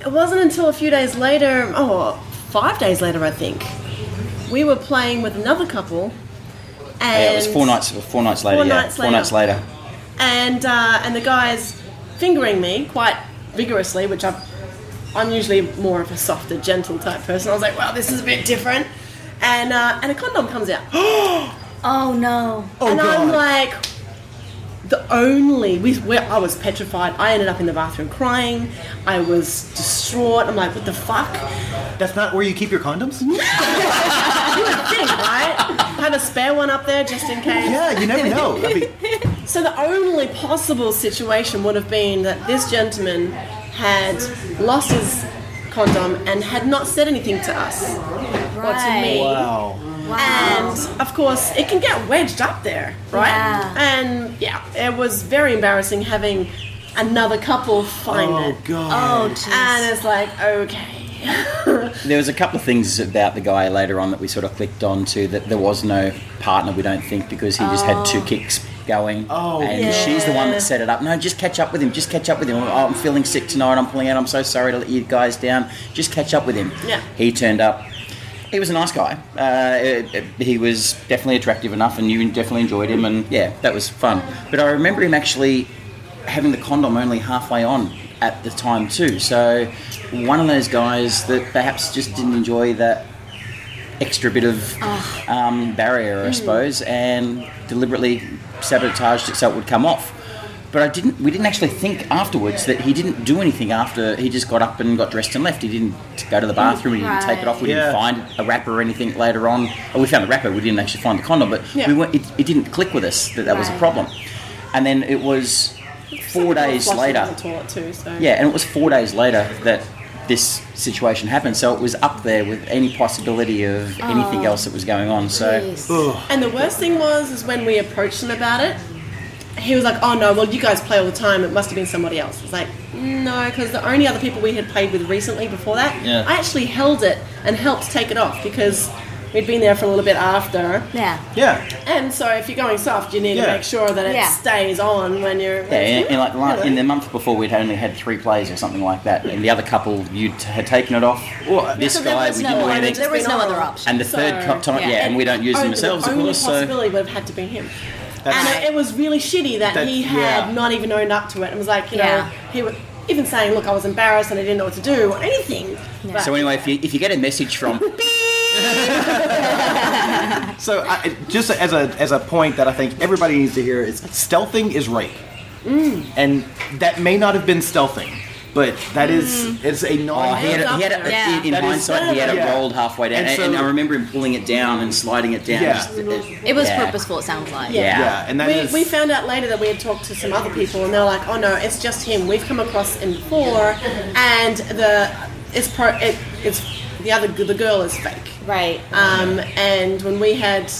N: it wasn't until a few days later, oh, five days later, I think, we were playing with another couple. And
M: Oh, yeah, it was four nights four nights later.
N: Four
M: yeah,
N: nights
M: four
N: later.
M: nights later.
N: and uh, and the guys fingering me quite vigorously, which I've, I'm usually more of a softer, gentle type person. I was like, wow, this is a bit different, and uh, and a condom comes out. oh no! and I'm
C: God.
N: like, the only we, we, I was petrified. I ended up in the bathroom crying. I was distraught. I'm like, what the fuck?
G: That's not where you keep your condoms.
N: you would think, right? Have a spare one up there just in case.
G: Yeah, you never know. I mean-
N: so the only possible situation would have been that this gentleman had lost his condom and had not said anything to us or to me. And of course, it can get wedged up there, right?
C: Yeah.
N: And yeah, it was very embarrassing having another couple find
M: Oh,
N: it.
M: God.
N: Oh, and it's like, okay.
M: There was a couple of things about the guy later on that we sort of clicked on to that there was no partner, we don't think, because he just
N: Oh.
M: had two kicks going. Oh, and
N: yeah.
M: she's the one that set it up. No, just catch up with him. Just catch up with him. Oh, I'm feeling sick tonight. I'm pulling out. I'm so sorry to let you guys down. Just catch up with him.
N: Yeah.
M: He turned up. He was a nice guy. Uh, it- it- he was definitely attractive enough, and you definitely enjoyed him. And yeah, that was fun. But I remember him actually having the condom only halfway on at the time too. So one of those guys that perhaps just didn't enjoy that extra bit of
C: Oh.
M: um, barrier, I
N: Mm.
M: suppose, and deliberately sabotaged it so it would come off. But I didn't. We didn't actually think afterwards that he didn't do anything after he just got up and got dressed and left. He didn't go to the bathroom. He didn't take it off. We
G: Right.
M: didn't find a wrapper or anything later on. Oh, we found the wrapper. We didn't actually find the condom, but
N: Yeah.
M: we weren't, it, it didn't click with us that that was a
N: Right.
M: problem. And then it was four days
N: Flushed into
M: later.
N: The toilet too, so.
M: Yeah, and it was four days later that this situation happened. So it was up there with any possibility of anything
N: Oh,
M: else that was going on. So,
N: And the worst thing was is when we approached him about it, he was like, "Oh no, well you guys play all the time. It must have been somebody else." It's like, no, because the only other people we had played with recently before that,
C: Yeah.
N: I actually held it and helped take it off because we'd been there for a little bit after.
C: Yeah.
G: Yeah.
N: And so if you're going soft, you need to
M: Yeah.
N: make sure that it
C: Yeah.
N: stays on when you're.
M: yeah, in, in like the la-
N: Really?
M: in the month before, we'd only had three plays or something like that, and the other couple you t- had taken it off. this guy, we didn't do anything.
N: There was no other
M: option. And the third cup time- yeah, and we don't use them ourselves,
N: The
M: of
N: Oh, only
M: course, so-
N: possibility would have had to be him.
M: That's-
N: and it, it was really shitty that
M: That's-
N: he had
M: yeah.
N: not even owned up to it and was like, you
M: Yeah.
N: know, he was even saying, look, I was embarrassed and I didn't know what to do or anything. But-
M: So anyway, if you if you get a message from
G: So I, it- just as a as a point that I think everybody needs to hear is stealthing is rape,
N: Mm.
G: and that may not have been stealthing, but that is
M: Mm.
G: it's a non.
M: Oh, he had, a- he had a, in- in
G: That is-
M: hindsight, he had it
G: Yeah.
M: rolled halfway down,
G: And
M: and,
G: so-
M: and I remember him pulling it down and sliding it down.
G: Yeah.
M: just-
B: It was
M: yeah.
B: purposeful, it sounds like.
M: Yeah. Yeah, and that
N: we,
M: is-
N: we found out later that we had talked to some other people, and they're like, "Oh no, it's just him. We've come across him before, and the it's pro it, it's the other the girl is fake, right? Um, and when we had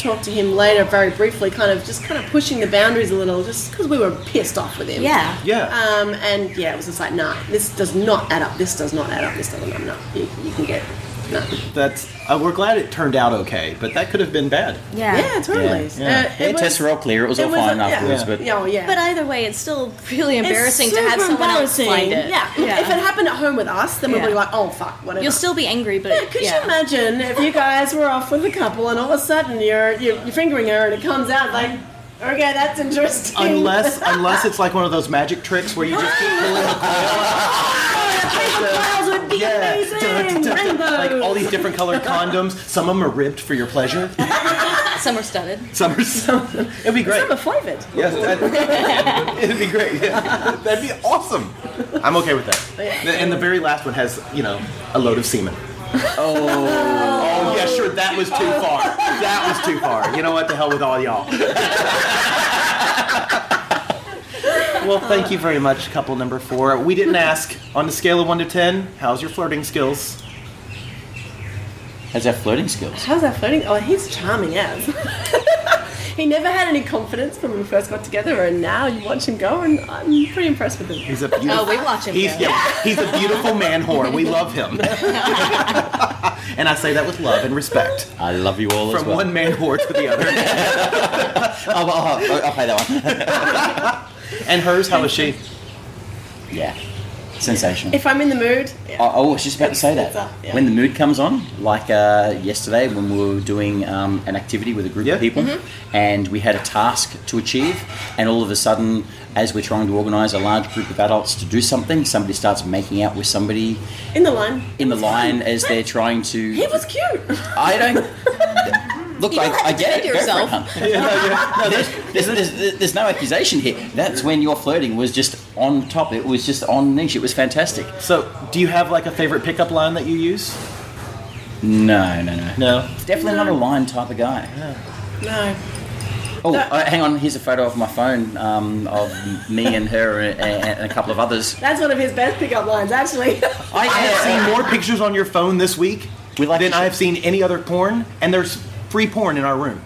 N: talked to him later, very briefly, kind of just kind of pushing the boundaries a little, just because we were pissed off with him,
C: Yeah.
G: Yeah.
N: Um, and yeah, it was just like, nah, this does not add up. This does not add up. This doesn't add up. You, you can get
G: That's uh, we're glad it turned out okay, but that could have been bad.
N: yeah, yeah, totally.
G: Yeah. Yeah.
N: Uh, it
G: Yeah,
N: was-
G: tests were all clear. It was all fine afterwards,
N: yeah.
G: but-
N: yeah, oh, yeah.
F: But either way, it's still really
N: It's
F: embarrassing to have
N: super
F: someone else
N: embarrassing.
F: find it.
N: Yeah. Look, If it happened at home with us, then
F: Yeah.
N: we'd be like, oh, fuck, whatever.
F: You'll still be angry, but
N: yeah, could you imagine if you guys were off with a couple and all of a sudden you're, you're, you're fingering her and it comes out like, okay, that's interesting.
G: Unless unless it's like one of those magic tricks where you just
N: Ah,
G: keep pulling the
N: coil. would be amazing.
G: like all these different colored condoms. Some of them are ribbed for your pleasure.
F: Some are studded.
G: Some are some. It'd be great.
N: Some are flavored.
G: Yes, that- it'd be great. yeah. That'd be awesome. I'm okay with that. And the very last one has, you know, a load of semen. Oh, oh yeah, sure. That was too far. That was too far. You know what? The hell with all y'all. Well, thank you very much, couple number four. We didn't ask. On a scale of one to ten, how's your flirting skills?
M: How's our flirting skills?
N: How's that flirting? Oh, he's charming as. he never had any confidence when we first got together, and now you watch him go, and I'm pretty impressed with him.
G: He's a beautiful.
F: watch
G: He's, yeah, he's a beautiful man whore. We love him. and I say that with love and respect.
M: I love you all as
G: From
M: well. Oh,
G: one man whore to the other.
M: I'll, I'll, I'll play that one. oh.
G: and hers, how is she?
M: Yeah. Sensational.
N: If I'm in the mood,
M: Oh, I was just about to say that.
N: up, yeah.
M: When the mood comes on, like uh, yesterday when we were doing um, an activity with a group of people,
N: Mhm.
M: and we had a task to achieve, and all of a sudden, as we're trying to organise a large group of adults to do something, somebody starts making out with somebody
N: in the line.
M: in the line as they're trying to.
N: He was cute.
M: I don't. Look,
N: You
M: I,
N: don't have
M: I
N: to
M: get it.
N: defend
M: Go for it,
N: yourself.
M: hun. No, there's, there's, there's, there's no accusation here. That's when your flirting was just on top. It was just on niche. It was fantastic.
G: So, do you have like a favorite pickup line that you use?
M: No, no, no.
G: No.
M: Definitely not a line type of guy.
N: No.
M: Oh, uh, hang on. Here's a photo of my phone um, of me and her and, and a couple of others.
N: That's one of his best pickup lines, actually.
G: I have seen more pictures on your phone this week than I have seen any other porn, and there's free porn in our room.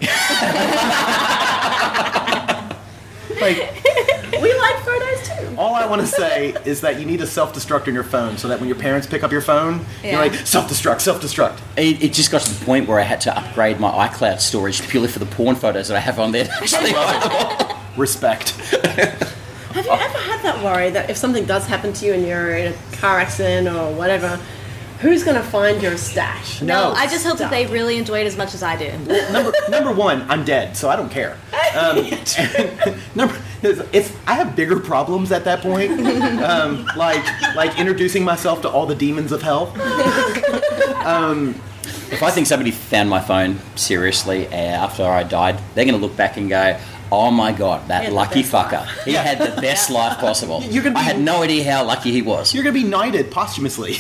G: like,
N: we like photos too.
G: all I want to say is that you need to self destruct on your phone so that when your parents pick up your phone,
N: Yeah.
G: you're like, self destruct, self destruct.
M: It, it just got to the point where I had to upgrade my iCloud storage purely for the porn photos that I have on there.
G: Respect.
N: Have you ever had that worry that if something does happen to you and you're in a car accident or whatever, who's going to find your stash?
F: No, I just hope that they really enjoy it as much as I do.
G: Well, number number one, I'm dead, so I don't care. Um, number, it's, it's- I have bigger problems at that point, um, like like introducing myself to all the demons of hell.
M: um, if I think somebody found my phone seriously uh, after I died, they're going to look back and go, "Oh my god,
G: He
M: that
G: had the
M: lucky
G: best
M: fucker! He had the best life possible."
G: You're gonna be,
M: I had no idea how lucky he was.
G: You're gonna be knighted posthumously.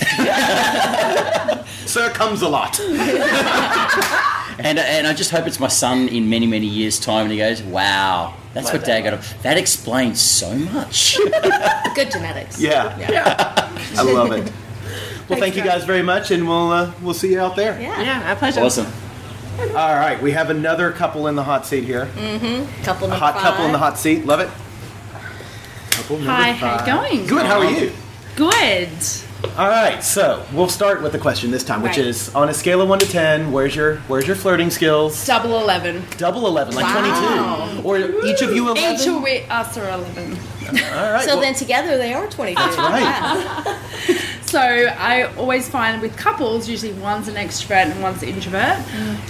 G: Sir comes a lot.
M: and and I just hope it's my son in many many years time, and he goes, "Wow, that's what Dad got. Off. That explains so much."
F: Good genetics.
G: Yeah. I love it. Well, thank you guys very much, and we'll uh, we'll see you out there.
F: Yeah.
N: Yeah, our
G: Awesome. All right, we have another couple in the hot seat here.
F: Mm-hmm. Couple
G: A
F: number
G: hot couple in the
F: five.
G: hot seat. Love it. Couple number
H: Hi, how you
G: five.
H: going?
G: Good. How are you?
H: Good.
G: All right. So we'll start with the question this time, which
H: Right.
G: is on a scale of one to ten, where's your where's your flirting skills?
C: Double eleven.
G: Double eleven, like
C: Wow.
G: twenty two, or each of you eleven.
C: Each of we us are eleven.
G: All right.
F: so
G: well,
F: then together they are 22.
C: That's
G: right.
C: so I always find with couples, usually one's an extrovert and one's an introvert.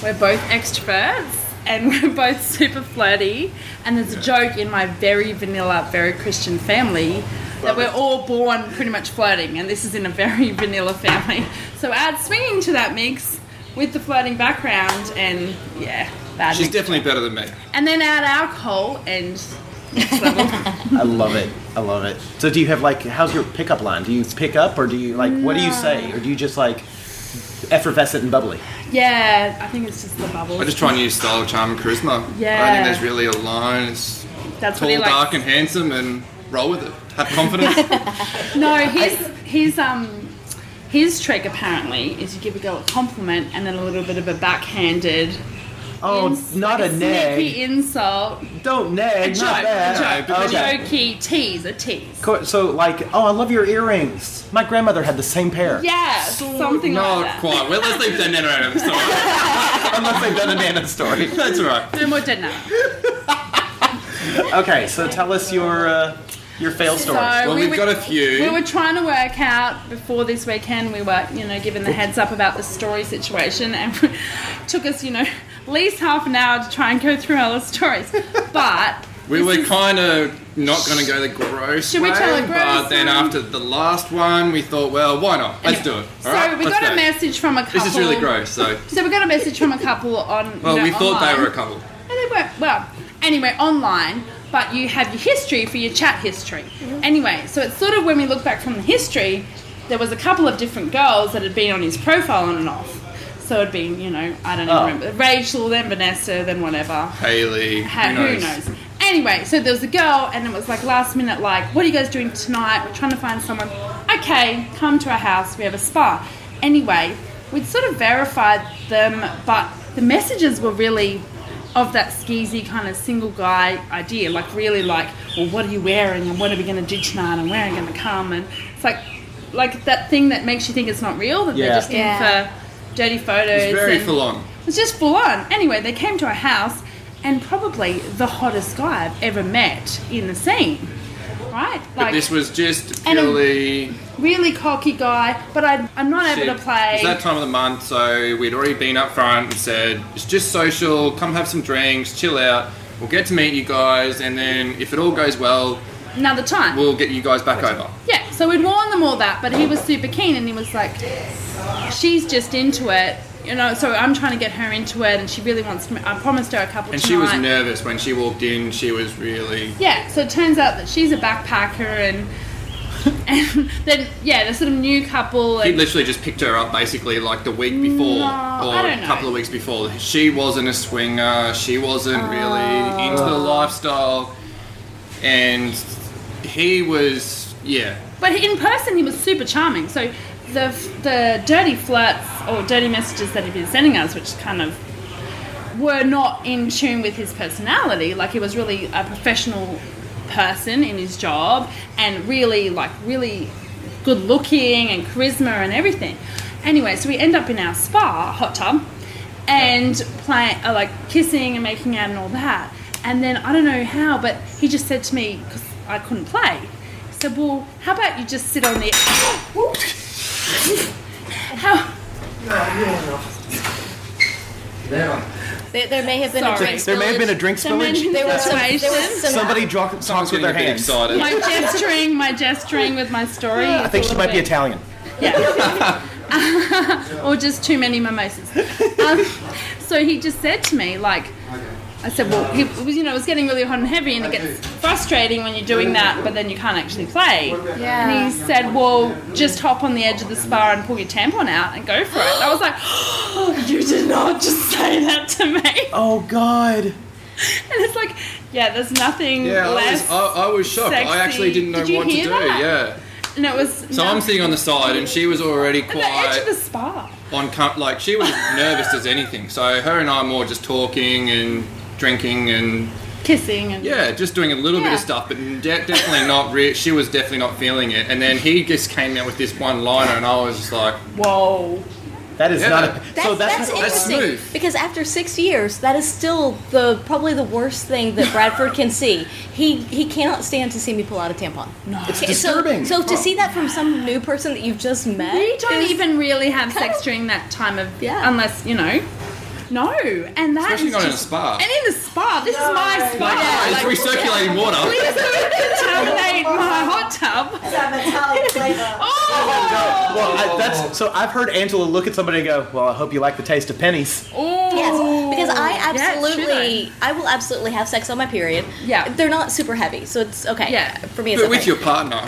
C: We're both extroverts and we're both super flirty. And there's a joke in my very vanilla, very Christian family that we're all born pretty much flirting, and this is in a very vanilla family. So add swinging to that mix with the flirting background, and yeah, bad.
K: She's
C: mix.
K: definitely better than me.
C: and then add alcohol and
G: I love it. I love it. So do you have like how's your pickup line? Do you pick up or do you like what do you say or do you just like effervescent and bubbly?
C: yeah, I think it's just the bubbles.
K: I just try and use style, charm, and charisma. I
C: Yeah.
K: don't think there's really a line. It's
C: That's
K: tall,
C: what he likes.
K: dark, and handsome, and roll with it. Have confidence.
C: No, his his um his trick apparently is you give a girl a compliment and then a little bit of a backhanded.
G: Oh, not a
C: Sneaky
G: neg.
C: insult.
G: Don't
C: A
G: neg,
C: joke,
G: not that.
C: a joke,
G: Okay.
C: a jokey tease, a tease.
G: Co- So like, oh, I love your earrings. My grandmother had the same pair.
C: Yeah, something
K: Not
C: like that.
K: quite. Well, let's leave that Nana out of the story.
G: Unless they've done a Nana story.
K: That's all right.
C: No more dinner.
G: Okay, so tell us your uh, your fail
C: So
G: stories.
C: we were- We were trying to work out before this weekend. We were, you know, given the heads up about the story situation, and it took us, you know, at least half an hour to try and go through all the stories. But
K: We were kind of not going to go the gross
C: Should we
K: way,
C: tell a gross
K: but then
C: one?
K: after the last one, we thought, well, why not? Let's do it.
C: so
K: all right?
C: we
K: Let's
C: got
K: do
C: a
K: it.
C: message from a couple.
K: This is really gross. So,
C: So we got a message from a couple on.
K: well,
C: you know,
K: we thought they
C: online.
K: were a couple.
C: And they weren't. Well, anyway, online, but you have your history for your chat history. Anyway, so it's sort of when we look back from the history, there was a couple of different girls that had been on his profile on and off. So it'd been, you know, I don't even
K: Oh.
C: remember. Rachel, then Vanessa, then whatever.
K: Haley.
C: Ha- who knows? Anyway, so there was a girl, and it was like last minute, like, what are you guys doing tonight? We're trying to find someone. Okay, come to our house. We have a spa. Anyway, we'd sort of verified them, but the messages were really of that skeezy kind of single guy idea, like really like, well, what are you wearing and what are we going to do tonight and where are you going to come? And it's like, like that thing that makes you think it's not real, that
K: Yeah.
C: they're just in
K: Yeah.
C: for dirty photos.
K: It's very
C: and-
K: full on.
C: it was just full on. Anyway, they came to our house, and probably the hottest guy I've ever met in the scene. Right?
K: but this was just
C: And a-
K: purely.
C: really cocky guy, but I, I'm not
K: shit.
C: able to play.
K: It's that time of the month, so we'd already been up front and said, it's just social, come have some drinks, chill out, we'll get to meet you guys, and then if it all goes well,
C: Another time.
K: we'll get you guys back over.
C: Yeah, so we'd warn them all that, but he was super keen and he was like, she's just into it, you know, so I'm trying to get her into it and she really wants me. I promised her a couple
K: And
C: tonight.
K: she was nervous when she walked in, she was really.
C: Yeah, so it turns out that she's a backpacker and. and then yeah, the sort of new couple
K: He
C: and
K: literally just picked her up basically like the week before,
C: No,
K: or
C: I don't
K: a
C: know.
K: couple of weeks before. She wasn't a swinger. She wasn't really
C: Oh.
K: into the lifestyle, and he was yeah.
C: But in person, he was super charming. So the the dirty flirts or dirty messages that he'd been sending us, which kind of were not in tune with his personality. Like he was really a professional person in his job, and really like really good looking and charisma and everything. Anyway, so we end up in our spa hot tub and playing, uh, like kissing and making out and all that. And then I don't know how, but he just said to me because I couldn't play. He said, "Well, how about you just sit on the how?"
F: There, there may have been a
C: Sorry.
F: drink
G: There may have been a
F: spillage.
G: drink
F: Someone-
G: spillage.
F: There was some, there was some
G: Somebody dro- talks with
K: getting a
G: their
K: bit
G: hands.
K: excited.
C: my gesturing, my gesturing with my story.
G: I
C: is
G: think
C: a
G: she
C: little
G: might be
C: bit-
G: Italian.
C: Yeah. or just too many mimosas. Um, so he just said to me, like, I said, well, he, it was, you know, it was getting really hot and heavy, and it gets frustrating when you're doing that, but then you can't actually play.
F: Yeah.
C: And he said, well, just hop on the edge of the spa and pull your tampon out and go for it. I was like, oh, you did not just say that to me.
G: Oh God. And
C: it's like, yeah, there's nothing
K: Yeah, I was,
C: less.
K: I, I was shocked. I actually
C: sexy.
K: didn't know
C: Did you
K: what to
C: hear
K: do.
C: that?
K: Yeah.
C: and it was.
K: So I'm sitting on the side, and she was already
C: at the edge of
K: quiet.
C: the spa.
K: on com- like she was nervous as anything. So her and I were more just talking and drinking and
C: kissing and
K: yeah, just doing a little bit
C: Yeah.
K: of stuff, but de- definitely not. Re- she was definitely not feeling it. And then he just came out with this one liner, and I was just like,
C: "Whoa,
G: that is not." A,
F: That's,
K: so
F: that's,
K: that's
F: interesting
K: smooth.
F: because after six years, that is still the probably the worst thing that Bradford can see. He he cannot stand to see me pull out a tampon. No,
C: It's disturbing.
F: So, to see that from some new person that you've just met,
C: We don't
F: is-
C: even really have sex during that time of unless you know. No, and that's
K: Especially not in a
C: just-
K: spa.
C: And in a spa, this is my spa.
K: Yeah, it's recirculating water.
C: Please don't contaminate my hot tub. It's a metallic flavor. oh,
G: well, I, that's so. I've heard Angela look at somebody and go, "Well, I hope you like the taste of pennies."
F: Yes, because I
C: Yes,
F: absolutely, I will absolutely have sex on my period. Yeah, they're not super heavy, so it's okay. Yeah, for me, it's
K: but
F: okay.
K: with your partner.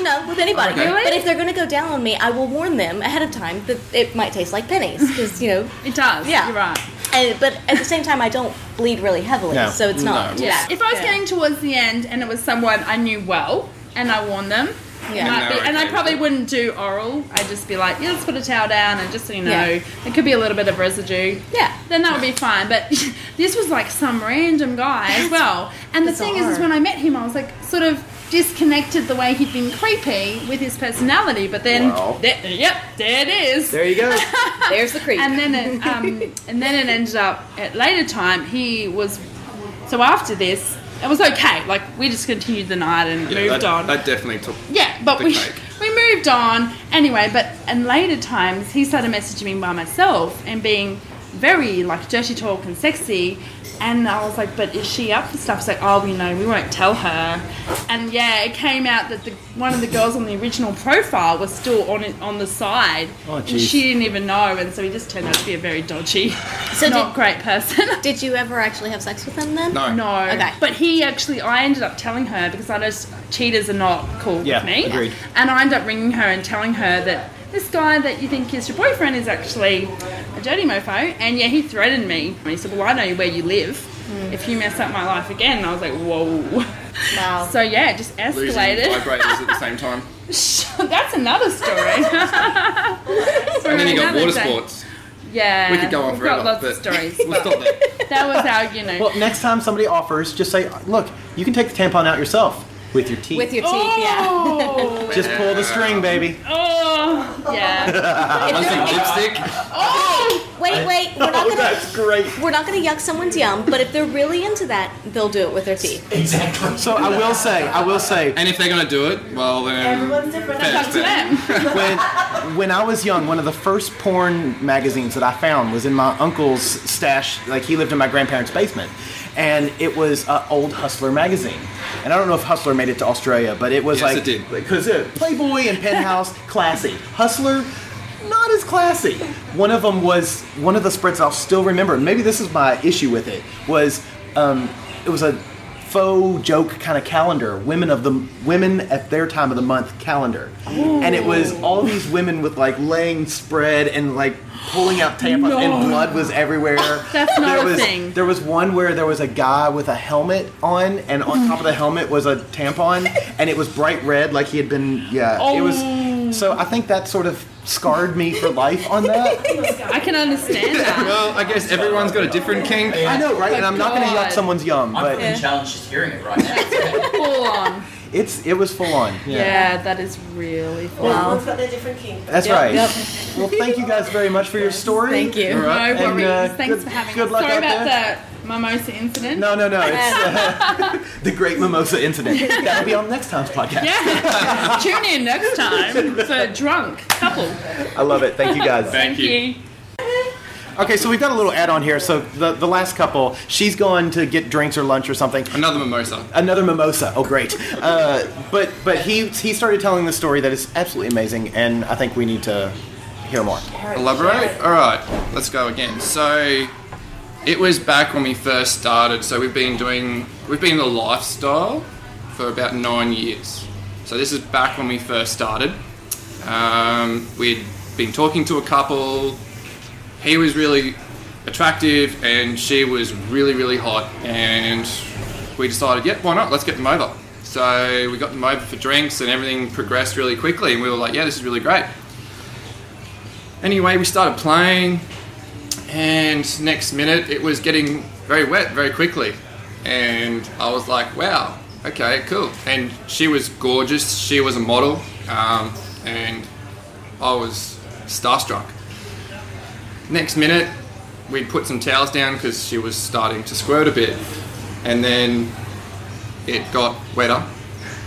F: no, with anybody.
K: Okay. Really?
F: But if they're going to go down on me, I will warn them ahead of time that it might taste like pennies because you know
C: it does.
F: Yeah,
C: you're right.
F: And, but at the same time, I don't bleed really heavily,
C: No.
F: so it's not.
C: Yeah.
F: Yeah.
C: If I was getting towards the end and it was someone I knew well and I warned them,
F: Yeah.
C: it might
F: And
C: be-
F: they're
C: and I
F: okay
C: probably wouldn't do oral. I'd just be like, yeah, let's put a towel down and just so you know,
F: Yeah.
C: it could be a little bit of residue. Yeah, then that would be fine. But this was like some random guy as well. And the thing is, is
F: bizarre.
C: when I met him, I was like sort of disconnected the way he'd been creepy with his personality. But then,
G: Wow.
C: there- yep, there it is.
G: There you go.
F: There's the creep.
C: And then it, um, and then it ended up at later time. He was so after this, it was okay. Like we just continued the night and
K: Yeah,
C: moved
K: that,
C: on.
K: That definitely took.
C: Yeah, but
K: the
C: we
K: cake.
C: we moved on anyway. But in later times, he started messaging me by myself and being very like dirty talk and sexy. And I was like, but is she up for stuff? She's like, oh, we know, we won't tell her. And yeah, it came out that the, one of the girls on the original profile was still on it on the side,
F: Oh,
C: and
F: jeez.
C: she didn't even know. And so he just turned out to be a very dodgy,
F: So
C: not
F: did-
C: great person.
F: Did you ever actually have sex with him then?
C: No.
F: Okay.
C: But he actually, I ended up telling her because I know s- cheaters are not cool
F: Yeah,
C: with me.
F: agreed.
C: And I ended up ringing her and telling her that this guy that you think is your boyfriend is actually a dirty mofo. And yeah, he threatened me. And he said, Well, I know where you live. If you mess up my life again. And I was like, Whoa. Wow. So yeah, it just
K: Losing
C: escalated.
K: vibrators at the same time.
C: That's another story.
K: and then you got
C: another
K: water
C: day.
K: sports.
C: Yeah.
K: We could go on
C: We've
K: forever,
C: got lots
K: but
C: of stories.
K: we'll
C: but
K: stop there.
C: That was our, you know.
G: Well, next time somebody offers, just say, "Look, you can take the tampon out yourself with your teeth.
C: your teeth, oh!
G: just pull the string, baby."
C: Oh, yeah.
F: If they're-
C: Oh!
F: Wait, wait. We're not gonna.
G: That's great.
F: We're not gonna yuck someone's yum, but if they're really into that, they'll do it with their teeth.
G: Exactly. So I will say, I will say.
K: And if they're gonna do it, well then.
F: different.
K: That's up to them.
G: when when I was young, one of the first porn magazines that I found was in my uncle's stash. Like he lived in my grandparents' basement, and it was uh, old Hustler magazine. And I don't know if Hustler made it to Australia, but it was
K: Yes,
G: like
K: it did.
G: because Playboy and Penthouse classy, Hustler not as classy. One of them was one of the spreads I'll still remember. and Maybe this is my issue with it was um, it was a faux joke kind of calendar, women of the women at their time of the month calendar, and it was all these women with like laying spread and like pulling out tampons and
C: No.
G: blood was everywhere.
C: That's not
G: there
C: a
G: was,
C: thing.
G: There was one where there was a guy with a helmet on, and on top of the helmet was a tampon, and it was bright red, like he had been. Yeah, it was. So I think that sort of scarred me for life on that.
C: I can understand that.
K: well, I guess everyone's got a different kink.
G: I know, right? and I'm not going to yuck someone's yum,
M: I'm
G: but
M: feeling challenged just hearing it right now.
C: Full on.
G: it's it was full on.
C: Yeah. that is really full
G: Well,
C: on.
G: everyone's
N: got their different king.
G: That's right. Well, thank you guys very much for your story.
C: Thank you.
G: All right.
C: No
G: And,
C: worries.
G: uh,
C: Thanks
G: good-
C: for having
G: good
C: us.
G: luck
C: Sorry
G: out
C: about
G: there.
C: the mimosa incident.
G: No, no, no. It's uh, the Great Mimosa Incident. That'll be on next time's podcast.
C: yeah. Tune in next time for drunk couple.
G: I love it. Thank you guys.
C: you.
G: Okay, so we've got a little add on here. So the, the last couple, she's gone to get drinks or lunch or something.
K: Another mimosa.
G: Another mimosa. Oh, great. Uh, but but he he started telling the story that is absolutely amazing, and I think we need to hear more.
K: Elaborate? All right, let's go again. So, it was back when we first started. So we've been doing, we've been in the lifestyle for about nine years. So this is back when we first started. Um, we'd been talking to a couple. He was really attractive, and she was really really hot. And we decided, yep, why not? Let's get them over. So we got them over for drinks, and everything progressed really quickly. And we were like, yeah, this is really great. Anyway, we started playing, and next minute it was getting very wet very quickly. And I was like, wow, okay, cool. And she was gorgeous, she was a model, um, and I was starstruck. Next minute, we put some towels down because she was starting to squirt a bit, and then it got wetter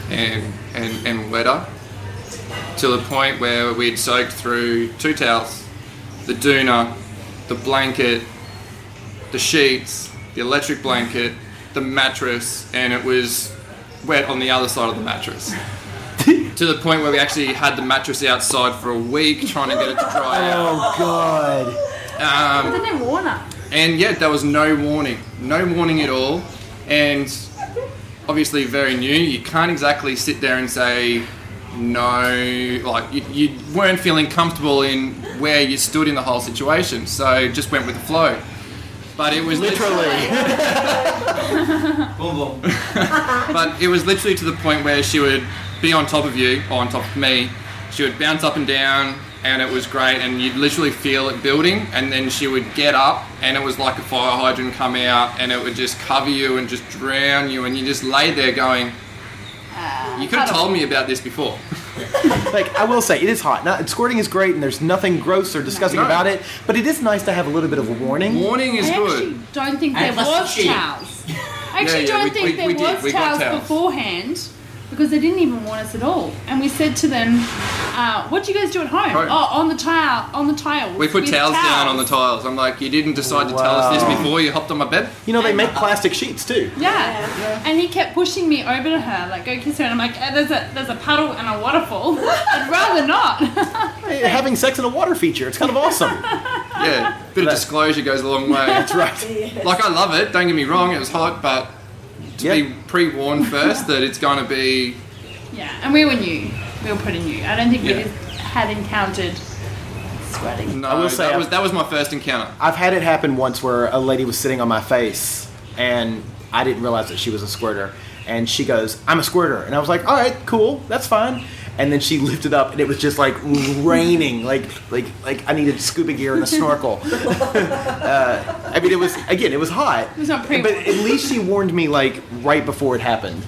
K: and, and, and wetter to the point where we'd soaked through two towels, the doona, the blanket, the sheets, the electric blanket, the mattress, and it was wet on the other side of the mattress. to the point where we actually had the mattress outside for a week trying to get it to dry out.
G: Oh God.
K: Um,
C: Isn't it Warner?
K: and yet there was no warning, no warning at all, and obviously very new. You can't exactly sit there and say no, like you, you weren't feeling comfortable in where you stood in the whole situation, so just went with the flow. But it was literally. but it was literally to the point where she would be on top of you or on top of me. She would bounce up and down, and it was great. And you'd literally feel it building, and then she would get up, and it was like a fire hydrant come out, and it would just cover you and just drown you, and you just lay there going, "You could have told me about this before."
G: like I will say, it is hot. Now, squirting is great, and there's nothing gross or disgusting
K: No.
G: about it. But it is nice to have a little bit of a warning.
K: Warning
C: I actually don't think there
G: And plus
C: was
G: the cheese.
C: towels. I actually
G: Yeah, yeah,
C: don't
G: we-
C: think
G: we-
C: there
G: we did.
C: was
G: We got
C: towels,
G: towels.
C: beforehand because they didn't even want us at all. And we said to them, uh, "What do you guys do at home?
K: Home.
C: Oh, on the tile, on the tile.
K: We put
C: with
K: towels, down on the tiles. I'm like, you didn't decide to tell us
G: Wow.
K: this before you hopped on my bed.
G: You know they make plastic sheets too.
C: Yeah. and he kept pushing me over to her, like go kiss her, and I'm like, eh, "There's a there's a puddle and a waterfall. I'd rather not."
G: Hey, having sex in a water feature, it's kind of awesome.
K: Yeah, bit of disclosure goes a long way.
G: That's right.
K: Like I love it. Don't get me wrong. It was hot, but to be pre-warned first that it's going to be
C: Yeah, and we were new. We were pretty new. I don't think we
K: Yeah.
C: had encountered sweating.
K: no.
G: I will say
K: that
G: I've-
K: was that was my first encounter.
G: I've had it happen once where a lady was sitting on my face and I didn't realize that she was a squirter. And she goes, I'm a squirter. And I was like, all right, cool, that's fine. and then she lifted up, and it was just like raining, like like like I needed scuba gear and a snorkel. uh, I mean, it was again, it was hot,
C: It was not pre-
G: but at least she warned me like right before it happened.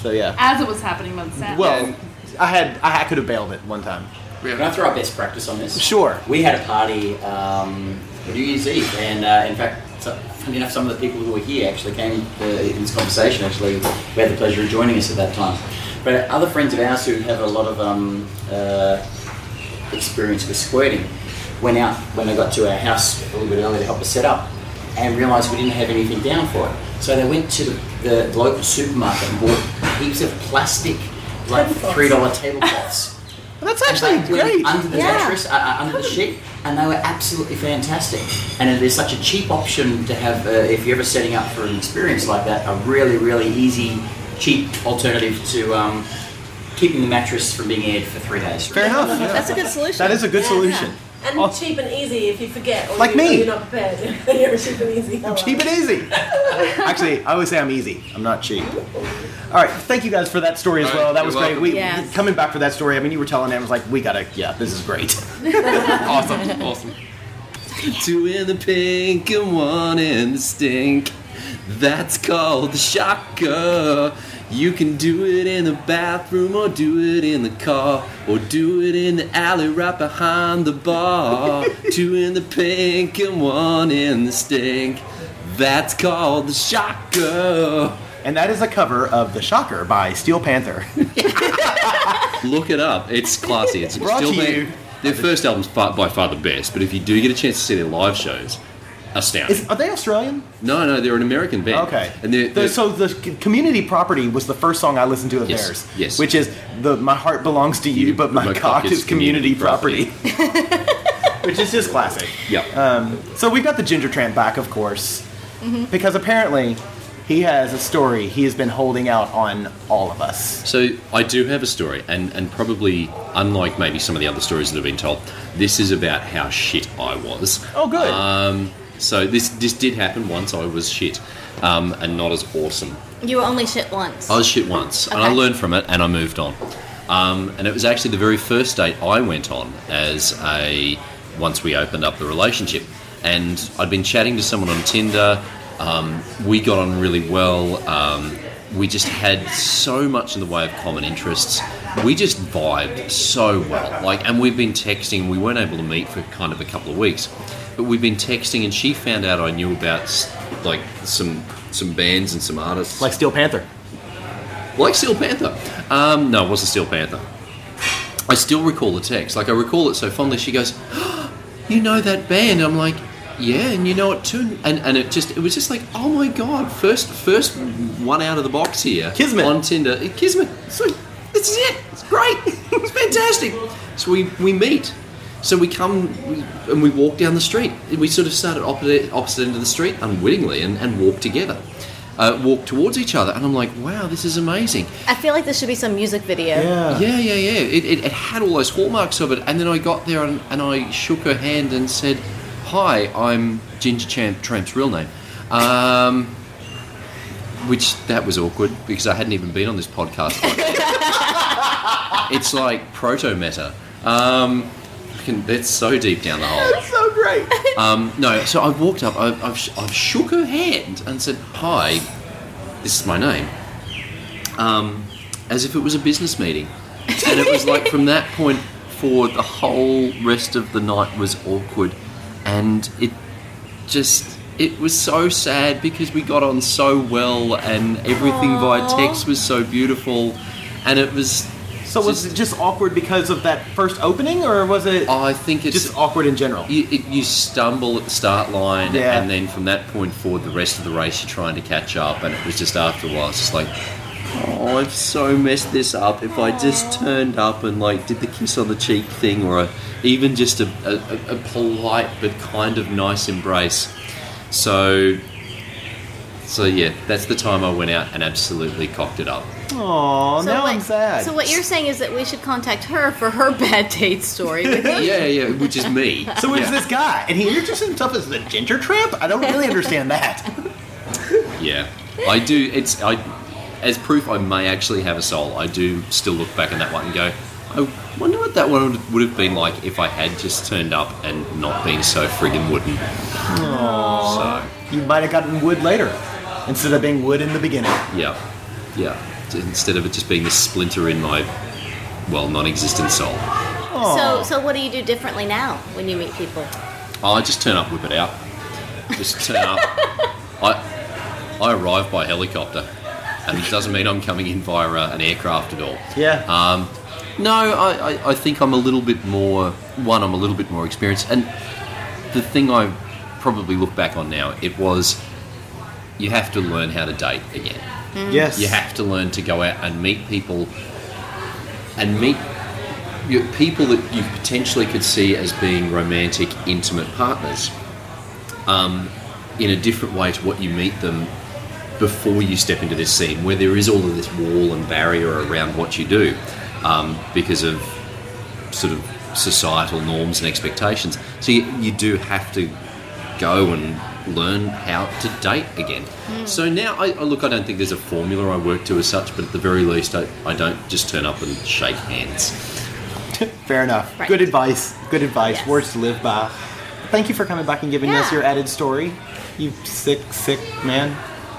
G: So yeah.
C: as it was happening on set.
G: Well, I had I, I could have bailed it one time.
M: Can I throw our best practice on this?
G: Sure.
M: We had a party um, New Year's Eve, and uh, in fact, so, funny enough, some of the people who were here actually came uh, in this conversation. Actually, we had the pleasure of joining us at that time. But other friends of ours who have a lot of um, uh, experience with squirting went out when they got to our house a little bit earlier to help us set up, and realised we didn't have anything down for it. So they went to the, the local supermarket and bought heaps of plastic, like
N: Tablecloths.
M: three dollar tablecloths.
G: That's actually
M: They were Under the
N: Yeah.
M: mattress, uh, uh, under the sheet, and they were absolutely fantastic. And there's such a cheap option to have uh, if you're ever setting up for an experience like that. A really, really easy, cheap alternative to um, keeping the mattress from being aired for three days.
G: Fair enough.
B: That's a good solution.
G: That is a good
B: Yeah.
G: solution.
B: And cheap and easy if you forget. Or
G: Oh. Like
B: you, or
G: me.
B: You're not prepared. You're cheap and easy.
G: Cheap and easy. Actually, I always say I'm easy. I'm not cheap. All right, thank you guys for that story as well. That was
K: you're
G: great. We
K: welcome. Yes.
G: coming back for that story. I mean, you were telling it. I was like, we gotta. Yeah, this is great.
K: awesome, awesome.
D: Two in the pink and one in the stink. That's called the shocker. You can do it in the bathroom or do it in the car or do it in the alley right behind the bar. Two in the pink and one in the stink.
G: That's called the Shocker. And that is a cover of The Shocker by Steel Panther.
D: Look it up. It's classy. It's
G: Brought
D: still
G: to
D: been-
G: you.
D: Their first album's far, by far the best, but if you do get a chance to see their live shows, astounding.
G: Is, are they Australian?
D: No, no, they're an American band.
G: Okay.
D: And they're,
G: The- so the c- community property was the first song I listened to of
D: Yes,
G: theirs.
D: yes.
G: Which is the my heart belongs to you, but my, cock, is community, property. which is just classic.
D: Yeah.
G: Um, so we've got the Ginger Tramp back, of course,
F: Mm-hmm.
G: because apparently he has a story he has been holding out on all of us.
D: So I do have a story, and, and probably unlike maybe some of the other stories that have been told, this is about how shit I was.
G: Oh, good.
D: Um, so this this did happen once. I was shit, um, and not as awesome.
F: You were only shit once.
D: I was shit once, and I
F: Okay.
D: learned from it, and I moved on. Um, and it was actually the very first date I went on as a once we opened up the relationship, and I'd been chatting to someone on Tinder. Um, we got on really well. Um, we just had so much in the way of common interests. We just vibed so well. Like, and we've been texting. We weren't able to meet for kind of a couple of weeks, but we've been texting, and she found out I knew about s- like some some bands and some artists, like
G: Steel Panther
D: like Steel Panther. Um, no, it wasn't Steel Panther. I still recall the text. Like I recall it so fondly. She goes, "You know that band?" I'm like, "Yeah," and you know it too. And and it just it was just like, "Oh my god!" First first one out of the box here. Kismet on Tinder. Uh, Kismet. So this is it. It's great. It's fantastic. So we we meet. So we come we, and we walk down the street. We sort of started opposite, opposite end of the street unwittingly and, and walk together, uh, walk towards each other. And I'm like, wow, this is amazing.
F: I feel like there should be some music video.
D: Yeah, yeah, yeah. It, it, it had all those hallmarks of it. And then I got there and, and I shook her hand and said, Hi, I'm Ginger Champ, Tramp's real name. Um, which that was awkward because I hadn't even been on this podcast. Like, it's like proto meta. Um, fucking- that's so deep down the hole.
G: That's so great.
D: Um, no, so I've walked up, I've, I've, sh- I've shook her hand and said, Hi, this is my name. Um, as if it was a business meeting. And it was like from that point forward, the whole rest of the night was awkward. And it just, it was so sad because we got on so well and everything via
G: Aw.
D: text was so beautiful. And it was.
G: So was it just awkward because of that first opening, or was it?
D: I think it's
G: just awkward in general.
D: You, it, you stumble at the start line,
G: Yeah.
D: and then from that point forward, the rest of the race you're trying to catch up, and it was just after a while, it's just like, oh, I've so messed this up. If I just turned up and like did the kiss on the cheek thing, or a, even just a, a, a polite but kind of nice embrace. So, so yeah, that's the time I went out and absolutely cocked it up.
G: Aw,
F: So
G: now
F: what-
G: I'm sad.
F: So what you're saying is that we should contact her for her bad date story.
D: yeah, yeah, which is me.
G: So it was
D: Yeah.
G: this guy, and he introduced himself as the Ginger Tramp. I don't really understand that.
D: Yeah, I do. It's I as proof I may actually have a soul. I do still look back on that one and go, I I wonder what that one would- would have been like if I had just turned up and not been so friggin' wooden.
G: Aww. You might have gotten wood later instead of being wood in the beginning.
D: Yeah, yeah. Instead of it just being this splinter in my, well, non-existent soul.
F: So, so what do you do differently now when you meet people?
D: Oh, I just turn up, whip it out. Just turn up. I I arrive by helicopter, and it doesn't mean I'm coming in via uh, an aircraft at all.
G: Yeah.
D: Um, no, I, I, I think I'm a little bit more. One, I'm a little bit more experienced, and the thing I probably look back on now, it was you have to learn how to date again.
G: Mm. Yes.
D: You have to learn to go out and meet people, and meet you people that you potentially could see as being romantic, intimate partners, um, in a different way to what you meet them before you step into this scene, where there is all of this wall and barrier around what you do um, because of sort of societal norms and expectations. So you, you do have to go and learn how to date again.
K: Mm.
D: So now, I, I look, I don't think there's a formula I work to as such, but at the very least, I, I don't just turn up and shake hands.
G: Fair enough.
D: Right.
G: Good advice. Good advice. Words to live by. Thank you for coming back and giving us your added story. You sick, sick man.